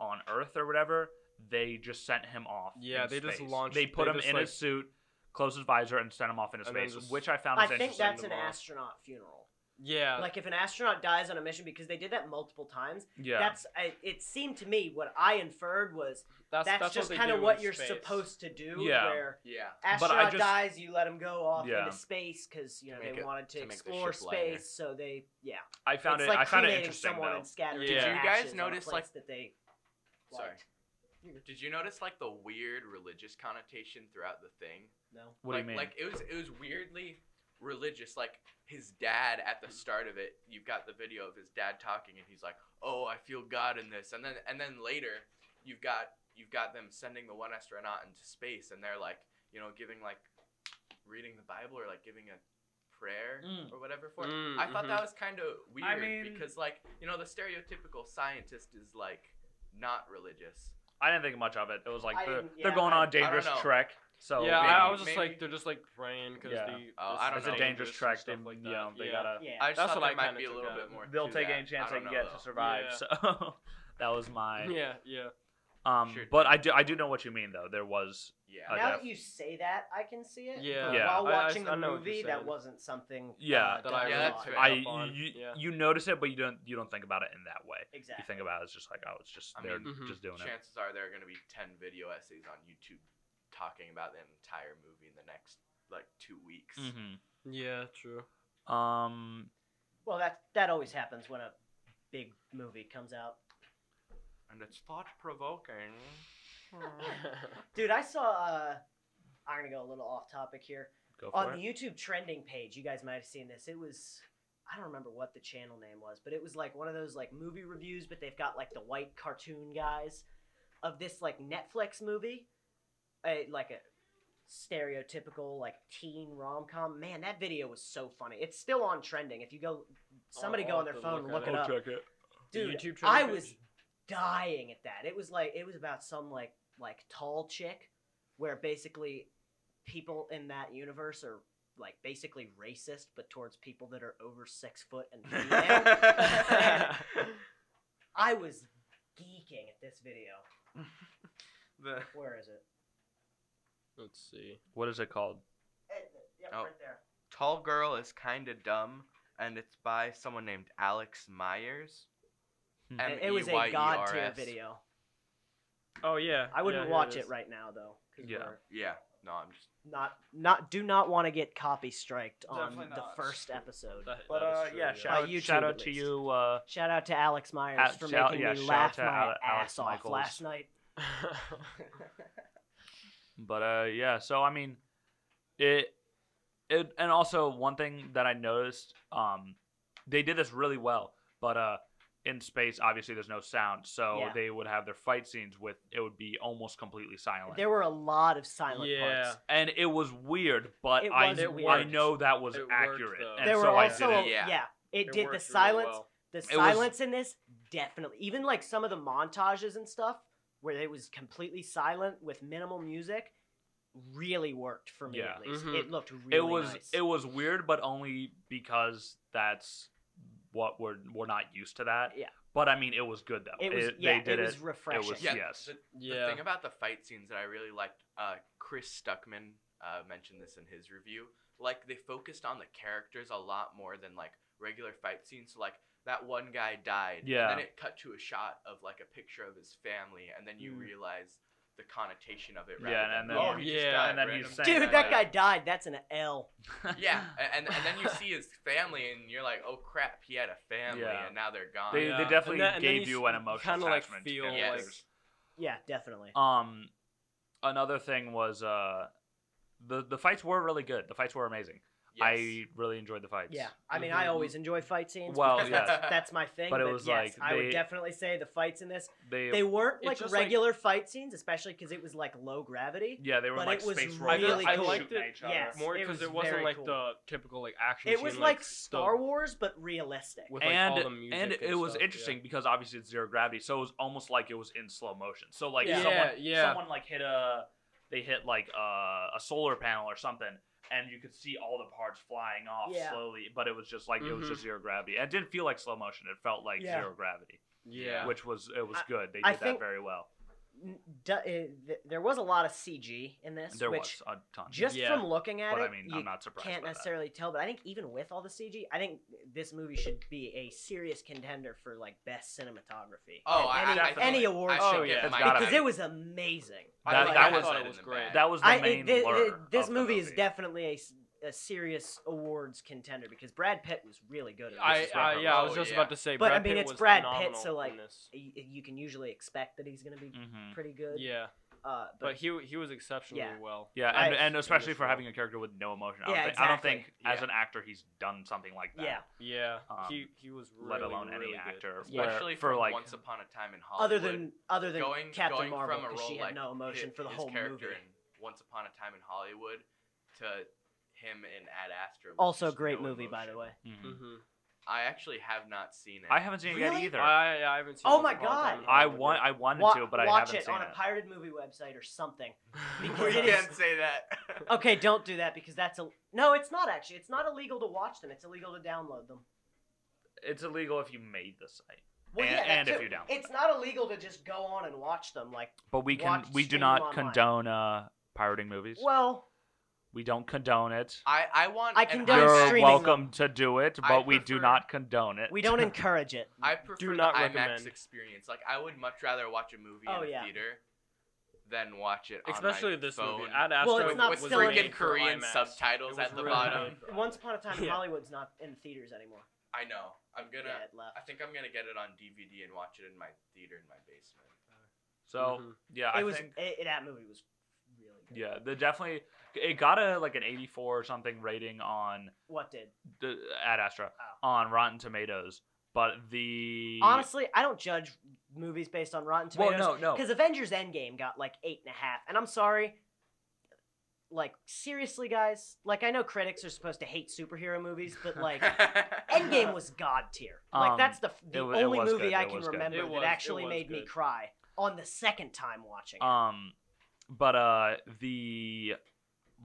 A: on Earth or whatever, they just sent him off.
B: Yeah,
A: in
B: they just
A: space.
B: launched-
A: They put
B: they
A: him
B: just,
A: in
B: like-
A: his suit, close his visor, and sent him off into
B: And then
A: space,
B: just-
A: which I found.
C: I
A: was
C: think
A: interesting.
C: that's an
B: tomorrow.
C: astronaut funeral.
B: yeah.
C: Like if an astronaut dies on a mission, because they did that multiple times.
A: Yeah.
C: That's I, it seemed to me what I inferred was
B: that's,
C: that's, just
B: kind of
C: what you're supposed to do.
A: Yeah.
C: Where
D: yeah.
A: But I
C: astronaut
A: just-
C: dies, you let him go off
A: Yeah.
C: into space because you know
D: Make
C: they
D: it-
C: wanted to,
D: to make the
C: explore
D: ship lighter.
C: space, so they yeah.
A: I found
C: it's
A: it.
C: like
A: I found it
C: cremating
A: interesting
C: someone
A: though.
C: and scattering
B: Did
C: their
D: you guys
C: ashes on a
D: notice,
C: place
D: like-
C: that they?
D: Sorry.
C: liked.
D: Did you notice like the weird religious connotation throughout the thing?
C: No.
A: What do
D: like,
A: you mean?
D: Like it was it was weirdly religious. Like his dad at the start of it, you've got the video of his dad talking, and he's like, "Oh, I feel God in this," and then and then later, you've got you've got them sending the one astronaut into space, and they're like, you know, giving like reading the Bible or like giving a prayer
A: Mm. mm-hmm.
D: or whatever for. it. I thought
B: mm-hmm.
D: that was kind of weird
A: mean-
D: because like you know the stereotypical scientist is like not religious.
A: I didn't think much of it. It was like
C: I
A: they're,
C: didn't- yeah,
A: they're going
C: I-
A: on
C: I
A: a
D: don't
A: dangerous
D: know.
A: trek. So
B: yeah,
A: maybe-
B: I, I was just
D: maybe-
B: like they're just like praying because
A: Yeah.
B: the
D: Oh,
B: this
D: I don't
A: it's
B: is
A: a
D: know.
A: dangerous
B: and
A: track. They,
B: stuff like
A: you
B: that.
A: know, they
B: yeah.
A: gotta.
C: Yeah.
D: I
B: That's
D: just
B: what
D: thought there
B: I
D: might
B: kinda
D: be a
B: took
D: little
B: out.
D: bit more.
A: They'll
D: to
A: take
D: that.
A: any chance
D: I
A: they
D: don't
A: can
D: know,
A: get
D: though.
A: to survive. So that was my.
B: Yeah, yeah.
A: Um,
D: Sure.
A: but I do I do know what you mean though. There was
D: Yeah.
A: I
C: now
A: def-
C: that you say that, I can see it.
B: Yeah.
C: but
A: Yeah.
C: While
B: I- I-
C: watching
B: I
C: the
B: know what you're
C: movie, that
B: saying.
C: wasn't something.
A: Yeah.
C: uh,
B: That I
D: Yeah,
B: really
D: that's
B: picked
D: fair.
A: I
B: up on.
A: you,
B: yeah.
A: you notice it, but you don't you don't think about it in that way. You
C: Exactly.
A: think about it as just like oh, it's just
D: I
A: they're
D: mean,
B: mhm,
A: just doing it.
D: Chances are there are going to be 10 video essays on YouTube talking about the entire movie in the next like two weeks.
A: Mm-hmm.
B: Yeah, true.
A: Um,
C: Well, that that always happens when a big movie comes out.
D: And it's thought provoking.
C: Dude, I saw. Uh, I'm gonna go a little off topic here.
A: go for
C: On the
A: it.
C: YouTube trending page, you guys might have seen this. It was. I don't remember what the channel name was, but it was like one of those like movie reviews, but they've got like the white cartoon guys of this like Netflix movie, a, like a stereotypical like teen rom com. Man, that video was so funny. It's still on trending. If you go, somebody
B: I'll
C: go on their
B: have to
C: phone and
B: look
C: look
B: at
C: it
B: it.
A: I'll
C: up.
A: check it.
B: The
C: Dude,
B: YouTube
C: I
B: trending
C: was
B: page?
C: dying at that. It was like it was about some like like tall chick where basically people in that universe are like basically racist but towards people that are over six foot and
A: Mm-hmm.
C: female. I was geeking at this video.
D: The
C: Where is it?
B: Let's see.
A: What is it called?
C: Eh, yeah,
D: Oh.
C: right there.
D: Tall Girl is Kinda Dumb, and it's by someone named Alex Myers.
A: Hmm.
D: M
C: It, it was
D: E Y
C: a
D: E
C: god
D: R
C: tier
D: S.
C: video.
B: Oh yeah.
C: I wouldn't
B: yeah, here
C: watch
B: it
C: it,
B: is.
C: right now though. 'cause
A: Yeah.
C: we're
D: Yeah. No, I'm just.
C: Not not do not want to get copy striked on
F: Definitely
C: the
F: not.
C: first episode.
B: That-
A: But
B: that
A: uh,
B: is true,
A: yeah,
C: By
A: shout, out-
C: YouTube,
A: shout
C: at
A: out to
C: least.
A: you. Uh,
C: Shout out to Alex Myers
A: At-
C: for
A: shout-
C: making
A: yeah,
C: me
A: shout
C: laugh
A: to
C: my
A: Ale- Alex
C: ass off
A: Michaels.
C: last night.
A: but uh, yeah. So I mean, it, it, and also one thing that I noticed, um, they did this really well. But uh, in space, obviously, there's no sound, so
C: Yeah.
A: they would have their fight scenes with it would be almost completely silent.
C: There were a lot of silent
B: Yeah.
C: parts.
A: and it was weird, but
C: It
A: I
C: was
A: kn-
C: weird.
A: I know that was
B: It worked,
A: accurate,
B: though.
A: and
C: There
A: so
C: were
A: I
C: also
A: did it.
D: Yeah.
C: yeah. It,
B: It
C: did
B: worked
C: the
B: really
C: silence
B: well.
C: the
A: was-
C: silence in this definitely even like some of the montages and stuff where it was completely silent with minimal music really worked for me
A: Yeah.
C: at least
B: Mhm.
C: it looked really
A: it was
C: nice.
A: it was weird, but only because that's what we're we're not used to that.
C: Yeah.
A: But I mean, it was good though.
C: It was
A: It-
C: yeah,
A: they did
C: it was refreshing.
D: Yeah,
A: Yes.
D: The, the
B: Yeah.
D: thing about the fight scenes that I really liked, uh, Chris Stuckman uh, mentioned this in his review. Like they focused on the characters a lot more than like regular fight scenes. So, like that one guy died.
A: Yeah.
D: And then it cut to a shot of like a picture of his family, and then you
C: Mm.
D: realize the connotation of it.
A: Yeah,
D: Rather
A: and
D: than,
A: then-
D: oh, he just
B: Yeah,
D: died,
A: and then he's
D: random
A: saying Thank
C: Dude, that
A: you.
C: guy died. That's an L.
D: Yeah, a- and and then you see his family, and you're like, oh crap, he had a family,
A: Yeah.
D: and now they're gone.
A: They-
B: Yeah.
A: they definitely
B: And that- and then
A: gave you an
B: s-
A: emotional
B: kinda, like,
A: attachment to
B: Feel like,
D: characters. Yes.
C: Yeah, definitely.
A: Um, another thing was uh, the the fights were really good. The fights were amazing.
D: Yes.
A: I really enjoyed the fights.
C: Yeah, I mean, I always enjoy fight scenes.
A: Mm-hmm, Well,
C: because
D: yeah.
C: that's, that's my thing.
A: But
C: But
A: it was
C: yes,
A: like
C: I
A: they-
C: would definitely say the fights in this
A: They,
C: they weren't
B: It's
C: like
B: just like-
C: regular fight scenes, especially because it was like low gravity.
A: yeah they were in,
C: but
A: like
C: it was
A: space
B: I,
A: robots,
C: really
A: like,
B: I
C: cool.
B: liked
A: shooting at
B: it
A: each other.
C: Yes.
B: more
C: it
B: because
C: was
B: it, was not
C: very
B: like
C: cool.
B: the typical like action.
C: It was
B: scene,
C: like
B: the-
C: Star Wars, but realistic.
B: with like
A: and
B: all the music
A: and
B: and,
A: it was
B: stuff, yeah.
A: interesting because obviously it's zero gravity, so it was almost like it was in slow motion. So like
B: Yeah.
A: someone
B: Yeah, yeah.
A: someone like hit a they hit like a, a solar panel or something, and you could see all the parts flying off
C: Yeah.
A: slowly, but it was just like it was
B: Mhm.
A: just zero gravity. And It didn't feel like slow motion; it felt like
C: Yeah.
A: zero gravity,
B: Yeah.
A: which was it was
C: I-
A: good. They did
C: I
A: that
C: think-
A: very well.
C: N- du- uh, th- there was a lot of CG in this,
A: There
C: which
A: was a ton,
C: just
B: Yeah.
C: from looking at
A: but
C: it,
A: I mean,
C: you
A: I'm not surprised.
C: can't
A: by that.
C: necessarily tell. But I think even with all the CG, I think this movie should be a serious contender for like best cinematography.
D: Oh,
C: at
D: I,
C: any,
D: I, I
C: any
D: think-
C: award
B: Oh,
D: I
C: show.
D: should get
B: yeah.
A: It's
D: my-
A: gotta
C: because
A: be.
C: it was amazing.
D: I
A: That-
D: like
A: that
D: I
A: was-
D: thought
B: it
D: in
B: was
D: the
B: great.
D: bag.
A: That was the
C: I,
A: main
C: it, th-
A: lure
C: th- this
A: of the
C: movie, is definitely a, s- a serious awards contender because Brad Pitt was really good. At
B: I,
C: this.
B: I yeah, I
D: Oh,
B: was just
D: yeah.
B: about to say.
C: But, I
B: Brad
C: mean,
B: Pitt
C: it's
B: was
C: Brad Pitt, so,
B: phenomenal
C: like,
B: in this.
C: Y- y- you can usually expect that he's going to be
A: Mhm.
C: pretty good.
B: yeah,
C: Uh, but,
B: but he he was exceptionally
C: Yeah.
B: well.
A: Yeah,
C: I-
A: and, and especially
B: this
A: for
B: role.
A: having a character with no emotion. I don't,
C: Yeah,
A: think, I don't
C: exactly.
A: think as
D: Yeah.
A: an actor he's done something like that.
C: yeah,
B: Yeah,
A: Um,
B: he he was really,
A: let alone
B: really
A: any
B: good.
A: actor.
C: Yeah.
A: where-
D: especially
A: for
D: from
A: like
D: Once Upon a Time in Hollywood.
C: other than other than
D: going,
C: Captain
D: going
C: Marvel,
D: from a
C: 'cause
D: role
C: she had
D: like
C: no emotion
D: hi-
C: for the
D: his
C: whole movie.
D: character in Once Upon a Time in Hollywood to him in Ad Astra. with
C: Also,
D: just
C: great
D: no
C: movie by the
D: emotion.
C: way.
A: Mhm.
B: hmm
D: I actually have not seen it.
A: I haven't seen it yet
C: Really?
A: either. I,
B: I, I haven't seen.
C: Oh
B: it
C: my
B: for a long time.
C: God.
A: I want I wanted
C: Wa-
A: to, but I
C: watch
A: haven't
C: it
A: seen
C: on
A: it.
C: a pirated movie website or something.
D: we
C: Because it is-
D: can't say that.
C: okay, don't do that because that's a no. It's not actually. It's not illegal to watch them. It's illegal to download them.
A: it's illegal if you made the site,
C: Well,
A: And-
C: yeah, that
A: and if
C: too.
A: you download
C: it's not illegal to just go on and watch them. Like,
A: but we can
C: Watch
A: we do
C: stream
A: not
C: online.
A: condone uh, pirating movies.
C: well,
A: we don't condone it.
D: I, I want.
C: I
D: and
C: condone
D: I-
A: You're
C: streaming
A: welcome to do it,
D: I
A: but we do
D: prefer-
A: not condone it.
C: we don't encourage it.
D: I prefer
B: Do not
D: the IMAX
B: recommend.
D: experience. Like I would much rather watch a movie
C: Oh,
D: in a
C: yeah.
D: theater than watch it.
B: Especially
D: on my
B: this
D: phone.
B: movie. Ad
C: Well,
B: Astra
C: it's not
D: with
B: was
C: still
B: made
D: freaking
B: for
D: Korean
B: IMAX. It
D: subtitals
B: was
D: at the
B: really
D: bottom.
B: made for
C: Once upon a time,
B: Yeah.
C: Hollywood's not in theaters anymore.
D: I know. I'm gonna.
C: yeah, it left.
D: I think I'm gonna get it on DVD and watch it in my theater in my basement.
C: Uh,
A: So
B: Mhm.
A: yeah,
C: it
A: I
C: was
A: think
C: it, it- that movie was really good.
A: yeah, they definitely it got a like an 84 or something rating on
C: What did
A: the at Astra
C: Oh.
A: on Rotten Tomatoes, but the
C: honestly? I don't judge movies based on Rotten
A: well
C: Tomatoes.
A: no no
C: Because Avengers Endgame got like eight and a half, and I'm sorry. Like seriously, guys. Like I know critics are supposed to hate superhero movies, but like Endgame was god tier. Like
A: Um,
C: that's the the
A: it wa- it
C: only
A: was
C: movie
A: good,
C: I
A: it
C: can
A: was good.
C: remember
B: It
C: that
B: was-
C: actually
B: it was
C: made me
B: good.
C: cry on the second time watching. it.
A: Um, but uh, the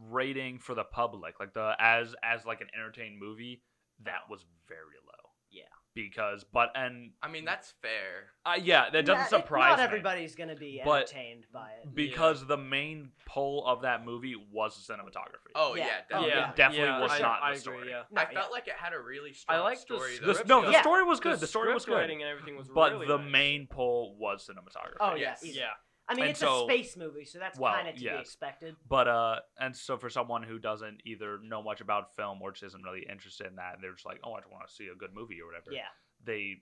A: rating for the public, like the as as like an entertained movie, that was very low.
C: Yeah.
A: Because, but and
D: I mean, that's fair.
A: uh, yeah, that doesn't
C: Not-
A: surprise
C: Not
A: me.
C: everybody's gonna be
A: But-
C: entertained by it.
A: because the main pull of that movie was the cinematography.
D: Oh yeah,
C: Yeah.
D: definitely.
C: yeah.
A: It definitely
B: yeah,
A: was
B: I,
A: not the
B: I agree,
A: story.
B: Yeah.
C: No,
D: I
C: yeah.
D: felt like it had a really strong
B: like the
D: story.
A: The-
D: though.
B: script,
A: no, the
C: Yeah.
A: story was good. The, story
B: script
A: was good,
B: writing and everything was
A: but
B: really
A: the
B: nice.
A: main pull was cinematography.
C: Oh
D: Yes.
C: yes.
B: Yeah.
C: I mean,
A: And
C: it's
A: so-
C: a space movie, so that's
A: well,
C: kind of to
A: yes.
C: be expected.
A: But uh, and so for someone who doesn't either know much about film or just isn't really interested in that, and they're just like, oh, I just want to see a good movie or whatever.
C: Yeah.
A: They,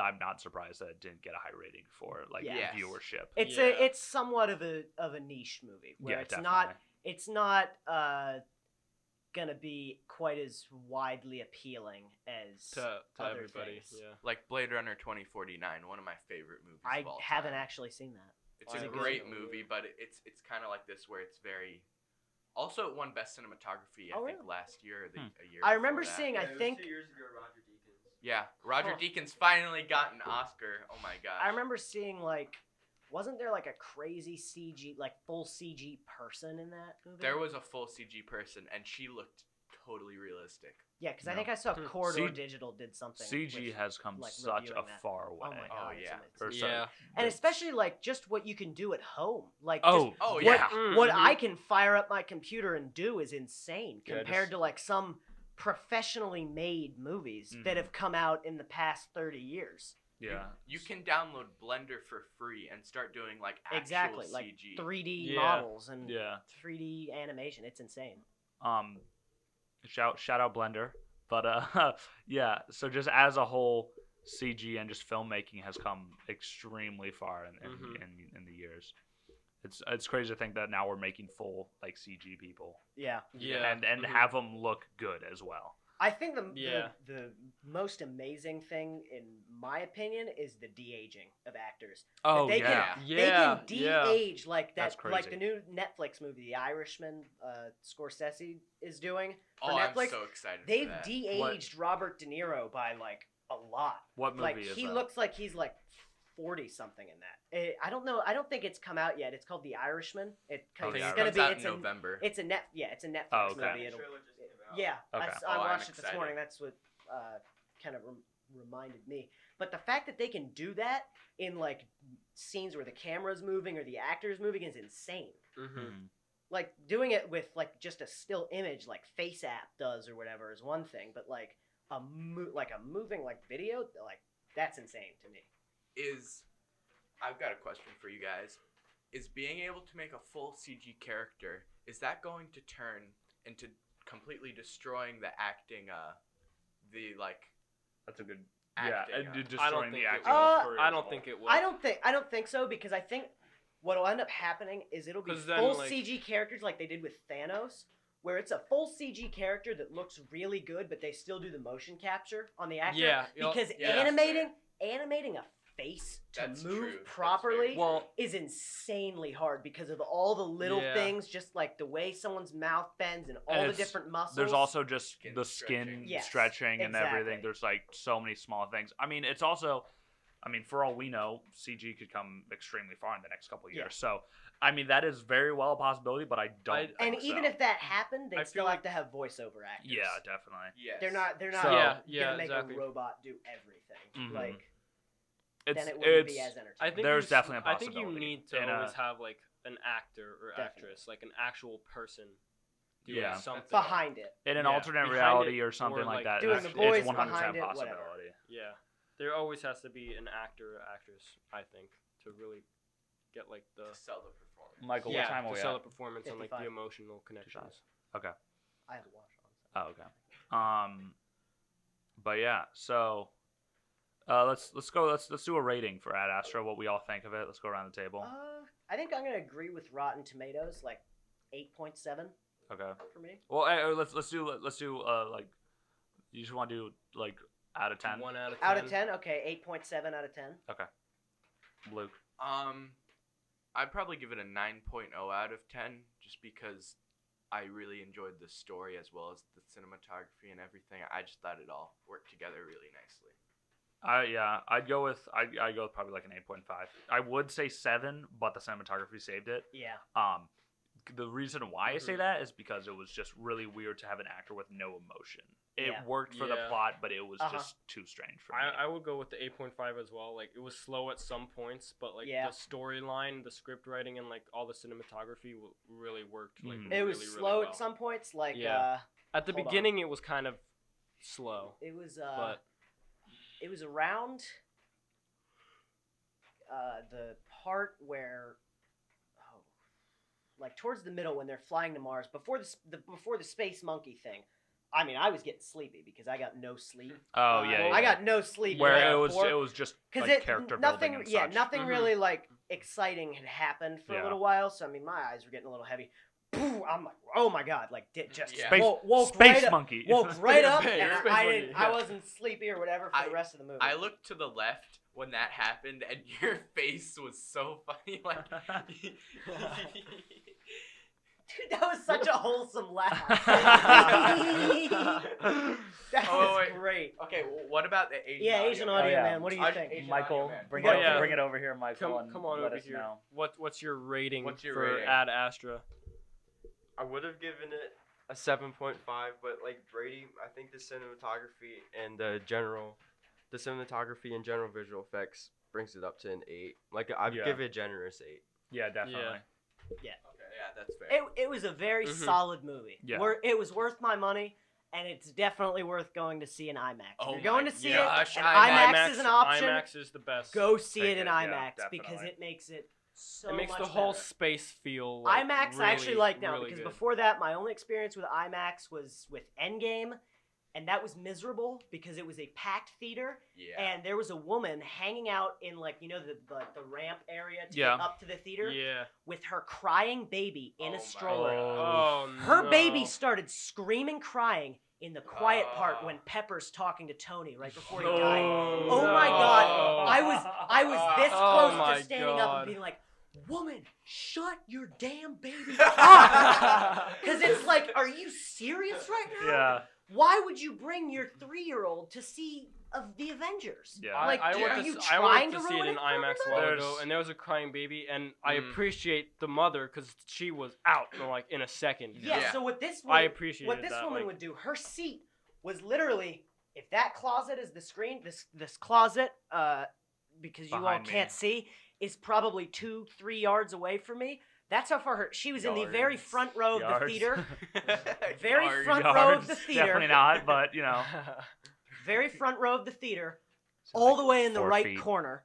A: I'm not surprised that it didn't get a high rating for like
C: Yeah.
D: Yes.
A: viewership.
C: It's
B: Yeah.
C: a it's somewhat of a of a niche movie where
A: yeah,
C: it's
A: definitely.
C: not it's not uh gonna be quite as widely appealing as
B: To, to
C: other
B: everybody.
C: things.
B: Yeah.
D: like Blade Runner 2049, one of my favorite movies.
C: I
D: of all
C: haven't
D: time.
C: actually seen that.
D: It's
B: Is
D: a
B: it good?
D: great movie, but it- it's it's kind of like this where it's very. Also, it won best cinematography. I
C: Oh,
D: think
C: really?
D: last year, or the,
A: Hmm.
D: a year.
C: I
D: before
C: remember
D: that.
C: seeing.
F: Yeah,
C: I
F: it was
C: think
F: two years ago, Roger Deakins.
D: Yeah, Roger
C: Huh.
D: Deakins finally got an Oscar. Oh my gosh.
C: I remember seeing like, wasn't there like a crazy CG like full CG person in that movie?
D: There was a full CG person, and she looked totally realistic.
C: Yeah, because I
A: No.
C: think I saw
B: Hmm.
C: Corridor
A: C-
C: Digital did something.
A: CG
C: with-
A: has come
C: like,
A: such a
C: reviewing that.
A: far
C: Oh
A: way.
C: my
D: Oh,
C: god! it's
D: yeah.
C: amazing.
A: Or so-
B: Yeah.
C: and
A: it's-
C: especially like just what you can do at home, like just
A: Oh,
D: Oh
A: What-
D: yeah.
B: Mm,
C: what
B: mhm.
C: I can fire up my computer and do is insane
B: Yeah,
C: compared
B: just-
C: to like some professionally made movies
A: Mhm.
C: that have come out in the past 30 years.
D: You-
A: yeah.
D: You, can download Blender for free and start doing like actual
C: Exactly,
D: CG.
C: like 3D
B: Yeah.
C: models and
A: Yeah.
C: 3D animation. It's insane.
A: um shout shout out blender but uh yeah so just as a whole cg and just filmmaking has come extremely far in in,
C: Mm-hmm.
B: Mhm.
A: in, in the years it's it's crazy to think that now we're making full like cg people
C: Yeah. Mm-hmm.
B: Yeah.
A: and and
B: mhm.
A: have them look good as well
C: I think the,
B: Yeah.
C: the the most amazing thing in my opinion is the de-aging of actors.
A: oh
C: they can-
A: yeah
B: Yeah.
C: they can
B: yeah.
C: de-age like that
A: That's
C: like
A: crazy.
C: the new Netflix movie The Irishman uh Scorsese is doing.
D: Oh,
C: for
D: I'm
C: Netflix,
D: so excited. for
C: They've
D: that.
C: de-aged Robert De Niro by like a lot.
A: what movie
C: Like
A: is
C: he
A: that?
C: looks like he's like forty something in that. Eh, I don't know. I don't think it's come out yet. It's called The Irishman. It
A: Oh,
C: comes.
A: The
C: it's
D: It
C: gonna
D: comes
C: be.
D: out
C: It's
D: in
C: a.
D: November.
C: It's a net. Yeah, it's a Netflix
A: Oh, okay.
C: movie.
F: The
C: It'll,
F: trailer just came out.
C: yeah, I,
A: Okay.
C: s-
D: Oh,
C: I
D: I'm
C: watched it this
D: excited.
C: morning. That's what uh, kind of rem- reminded me. But the fact that they can do that in like scenes where the camera's moving or the actors moving is insane.
B: Mhm.
A: Mhm.
C: Like doing it with like just a still image, like Face App does or whatever, is one thing. But like a mo- like a moving like video, like that's insane to me.
D: is I've got a question for you guys. Is being able to make a full CG character is that going to turn into completely destroying the acting uh the like
A: that's a good
D: acting
A: yeah and
D: uh,
A: d-
B: I don't
A: destroying
B: think
A: the
B: it
A: acting
B: will.
C: Uh,
A: career
B: I
A: as
B: don't
A: well.
B: think it will.
C: I don't think I don't think so because I think what'll end up happening is it'll be
B: 'Cause then,
C: full
B: like-
C: CG characters like they did with Thanos, where it's a full CG character that looks really good, but they still do the motion capture on the actor.
B: Yeah, you'll-
C: because
D: yeah, that's
C: animating animating a face to
D: That's
C: move
D: true, that's very
C: properly
D: true.
B: Well,
C: is insanely hard because of all the little
B: Yeah.
C: things, just like the way someone's mouth bends and all
A: And
C: the
A: it's-
C: different muscles.
A: there's also just
D: Skin
A: the skin
D: stretching.
A: stretching,
C: Yes,
A: and
C: exactly.
A: everything. There's like so many small things. I mean, it's also, I mean, for all we know, CG could come extremely far in the next couple of
C: Yeah.
A: years. So, I mean, that is very well a possibility, but I don't.
B: I-
A: think
C: and
A: so.
C: even if that happened, they
B: I
C: would
B: feel
C: still
B: like-
C: have to have voiceover actors.
A: yeah, definitely,
D: yes.
C: They're not. They're not.
A: So-
B: Yeah,
C: gonna
B: yeah,
C: make
B: exactly.
C: a robot do everything.
A: Mhm.
C: Like
A: it's
C: then it wouldn't
A: it's
C: be as
B: Mm-hmm. I
C: entertaining.
B: think
A: There's
B: you s-
A: definitely a
B: I think you
A: possibility
B: need to
A: in a-
B: always have like an actor or
C: Definitely.
B: actress, like an actual person doing
A: Yeah.
B: something.
C: Behind it,
A: in an
B: yeah,
A: alternate
B: behind
A: reality
B: it
A: or something
B: or,
A: like
B: like,
A: that.
C: doing
A: it's,
C: the voice
A: it's 100%
C: behind it,
A: possibility.
C: whatever.
B: Yeah, there always has to be an actor or actress, I think, to really get like the
D: to sell the performance.
A: Michael,
B: yeah
A: what time
B: to
A: are we
B: sell
A: at?
B: the performance and like the
C: 55.
B: emotional connections.
C: I have a watch on. so-
A: Oh, okay. Um, but yeah, so. Uh, let's let's go. Let's let's do a rating for Ad Astra. What we all think of it. Let's go around the table.
C: Uh, I think I'm gonna agree with Rotten Tomatoes, like eight point seven
A: okay.
C: for me.
A: Well, eh, eh, let's let's do let's do uh like you just want to do like out of ten,
B: One out of ten.
C: Out of ten, okay, eight point seven out of ten.
A: Luke.
D: Um I'd probably give it a 9.0 out of 10 just because I really enjoyed the story as well as the cinematography and everything. I just thought it all worked together really nicely.
A: I yeah, I'd go with I I go with probably like an eight point five. I would say seven, but the cinematography saved it.
C: Yeah,
A: Um, the reason why I say
C: Mm-hmm.
B: Mhm.
A: that is because it was just really weird to have an actor with no emotion. It
C: Yeah.
A: worked for the
B: Yeah.
A: plot, but it was
C: Uh-huh.
A: just too strange for me.
B: I, I would go with the 8.5 as well. Like it was slow at some points, but like
C: Yeah.
B: the storyline, the script writing, and like all the cinematography w- really worked. Like
A: Mhm.
C: It was
B: Mm. really, really
C: slow
B: well.
C: at some points. Like
B: Yeah.
C: uh,
B: At the
C: Hold on.
B: beginning, it was kind of slow,
C: it was uh,
B: but
C: it was around uh, the part where oh, like towards the middle when they're flying to Mars before the, s- the before the space monkey thing. I mean, I was getting sleepy because I got no sleep.
A: oh
B: uh,
A: yeah,
B: well,
A: yeah,
C: I got no sleep.
A: where
B: yeah,
A: it was
C: before.
A: it was just
C: because
A: like
C: it
A: character
C: nothing
A: building and
C: yeah
A: such. Mm-hmm.
C: nothing
B: Mhm.
C: really like exciting had happened for
A: Yeah.
C: a little while so i mean my eyes were getting a little heavy i'm like oh my god like did just
D: Yeah.
A: Space-
C: woke, woke
A: Space
C: right up,
A: monkey.
C: woke right up
B: Space
C: and
B: monkey,
C: i didn't i
B: yeah.
C: wasn't sleepy or whatever for
D: I-
C: the rest of the movie
D: I looked to the left when that happened, and your face was so funny. Like,
C: dude that was such a wholesome laugh that
D: Oh,
C: was
D: wait.
C: great
D: okay, well, what about the Asian?
C: yeah asian audio
A: Oh, yeah.
C: man what do you
D: Aj-
C: think
D: Asian
A: Michael,
D: audio, man.
A: bring it
B: But
A: over,
B: yeah.
A: bring it over here, Michael.
B: come
A: and
B: come on
A: let
B: over
A: us
B: here.
A: know.
B: What what's your rating
D: What's your
B: for
D: rating?
B: Ad Astra?
F: I would have given it a 7.5, but like Brady, I think the cinematography and the general, the cinematography and general visual effects brings it up to an 8. Like I'd
A: Yeah.
F: give it a generous 8.
A: Yeah, definitely.
D: Okay, yeah, that's fair.
C: it, it was a very
B: Mhm.
C: solid movie
A: Yeah.
C: Wor- it was worth my money and it's definitely worth going to see in IMAX. If
D: Oh
C: you're going
D: my
C: to see
D: gosh,
C: it, and
D: IMAX.
C: IMAX, is an option.
B: IMAX is the best.
C: go see
A: Take
C: it in
A: it, yeah,
C: IMAX because
A: definitely.
C: it makes it so
B: It makes
C: much
B: the whole
C: better.
B: space feel. Like,
C: IMAX I actually
B: really,
C: like now
B: really
C: because
B: good.
C: before that my only experience with IMAX was with Endgame and that was miserable because it was a packed theater
D: yeah.
C: and there was a woman hanging out in like you know the like the ramp area to
A: Yeah.
C: get up to the theater
B: Yeah.
C: with her crying baby in
D: Oh my
C: a stroller.
D: God.
B: Oh
C: Her
B: no.
C: baby started screaming crying in the quiet part
B: Ah.
D: Oh.
C: when Pepper's talking to Tony right before he
B: Oh,
C: died.
B: Oh
C: my
B: God.
C: I was I was this
B: Oh
C: close
B: my
C: to standing up
B: God.
C: and being like, "Woman, shut your damn baby up!"
D: Oh.
C: Because it's like, are you serious right now?
A: Yeah,
C: Why would you bring your three-year-old to see of the Avengers?
A: yeah.
B: I,
C: Like,
B: I
D: dude,
B: went
D: are
B: to,
C: you
B: s- I went
C: trying
B: to
C: to
B: see it
C: ruin
B: in
C: it for
B: IMAX a while
A: everybody?
B: ago,
A: There's-
B: and there was a crying baby, and I
D: Mm.
B: appreciate the mother because she was out in like in a second.
C: Yeah.
D: Yeah.
C: So what this
B: I
C: woman,
B: appreciate
C: what this
B: that.
C: woman
B: like,
C: would do, her seat was literally if that closet is the screen, this this closet, uh, because you all
A: Behind me.
C: can't see, is probably two three yards away from me. That's how far her. She was in the very
D: Yards.
C: front row of the
A: Yards.
C: theater. Very
D: Yards.
C: front row of
A: Yards,
C: the theater.
A: Definitely not, but you know,
C: very front row of the theater, all the way in the
A: four
C: right
A: feet.
C: corner,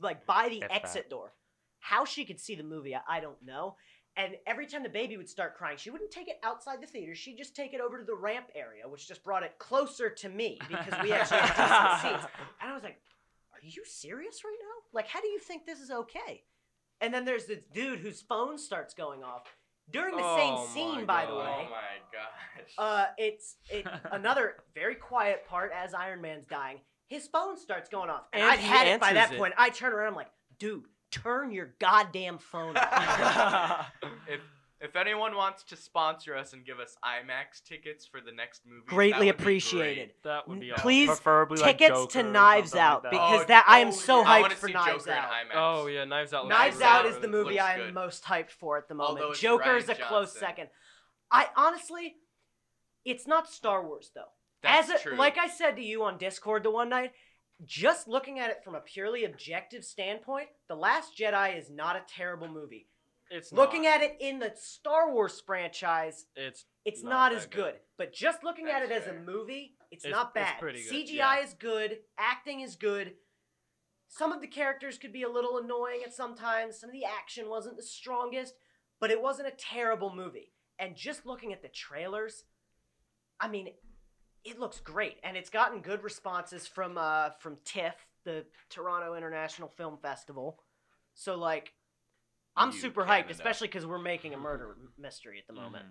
C: like by the
A: If that.
C: exit door. How she could see the movie, I, I don't know. And every time the baby would start crying, she wouldn't take it outside the theater. She'd just take it over to the ramp area, which just brought it closer to me because we actually had decent seats. And I was like, "Are you serious right now? Like, how do you think this is okay?" And then there's this dude whose phone starts going off during the
B: Oh
C: same
B: my
C: scene, by the
B: God.
C: way.
D: Oh my gosh.
C: Uh, it's it, another very quiet part as Iron Man's dying. His phone starts going off, and,
B: And
C: I've
B: he
C: had it by
B: answers
C: that
B: it.
C: point. I turn around, I'm like, dude, turn your goddamn phone off.
D: if if anyone wants to sponsor us and give us IMAX tickets for the next movie, that
C: Greatly
D: would be
C: appreciated.
B: that would be awesome.
C: Please,
A: preferably like
C: tickets to
A: Joker or
C: Knives
A: something like
C: Out,
A: that.
D: great.
C: Because
D: Oh,
C: that- I am
D: oh,
C: so
D: yeah, I
C: hyped
D: wanna
C: for
D: see
C: Knives
D: Joker in
C: Out.
D: IMAX.
B: Oh yeah, Knives Out. looks
C: Knives
D: Knives
B: really
C: Out
D: Out
C: is the
B: good.
C: movie
D: looks
C: I am
D: good.
C: most hyped for at the moment.
D: Although it's
C: Joker is a
D: Ryan
C: close
D: Johnson.
C: second. I honestly, it's not Star Wars though.
D: That's
C: As a,
D: true.
C: Like I said to you on Discord the one night, just looking at it from a purely objective standpoint, The Last Jedi is not a terrible movie.
B: It's
C: Looking
B: not.
C: at it in the Star Wars franchise,
B: it's
C: it's
B: Not
C: not,
B: that
C: as
B: good.
C: good. But just looking at it
D: That's
C: as a
D: fair.
C: movie, it's,
B: It's-
C: not
B: it's
C: bad.
B: pretty good,
C: CGI
B: yeah.
C: is good, acting is good. Some of the characters could be a little annoying at some times. Some of the action wasn't the strongest, but it wasn't a terrible movie. And just looking at the trailers, I mean, it looks great, and it's gotten good responses from uh, from TIFF, the Toronto International Film Festival. So like, I'm
D: You,
C: super hyped,
D: Canada.
C: especially because we're making a murder mystery
A: Mm.
B: Mm-hmm.
C: at the moment.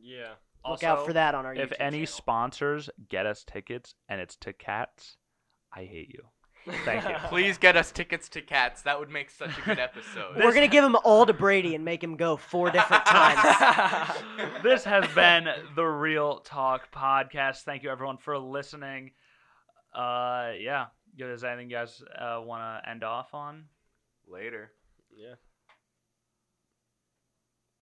B: yeah.
C: Look out for that on our
A: If
C: YouTube
A: any
C: channel.
A: sponsors get us tickets and it's to cats, I hate you. Thank you.
D: Please get us tickets to Cats. That would make such a good episode.
C: We're gonna give him all to Brady and make him go four different times.
A: this has been the Real Talk podcast. Thank you everyone for listening. Uh, yeah. Is there anything you guys uh, want to end off on?
D: Later.
B: Yeah.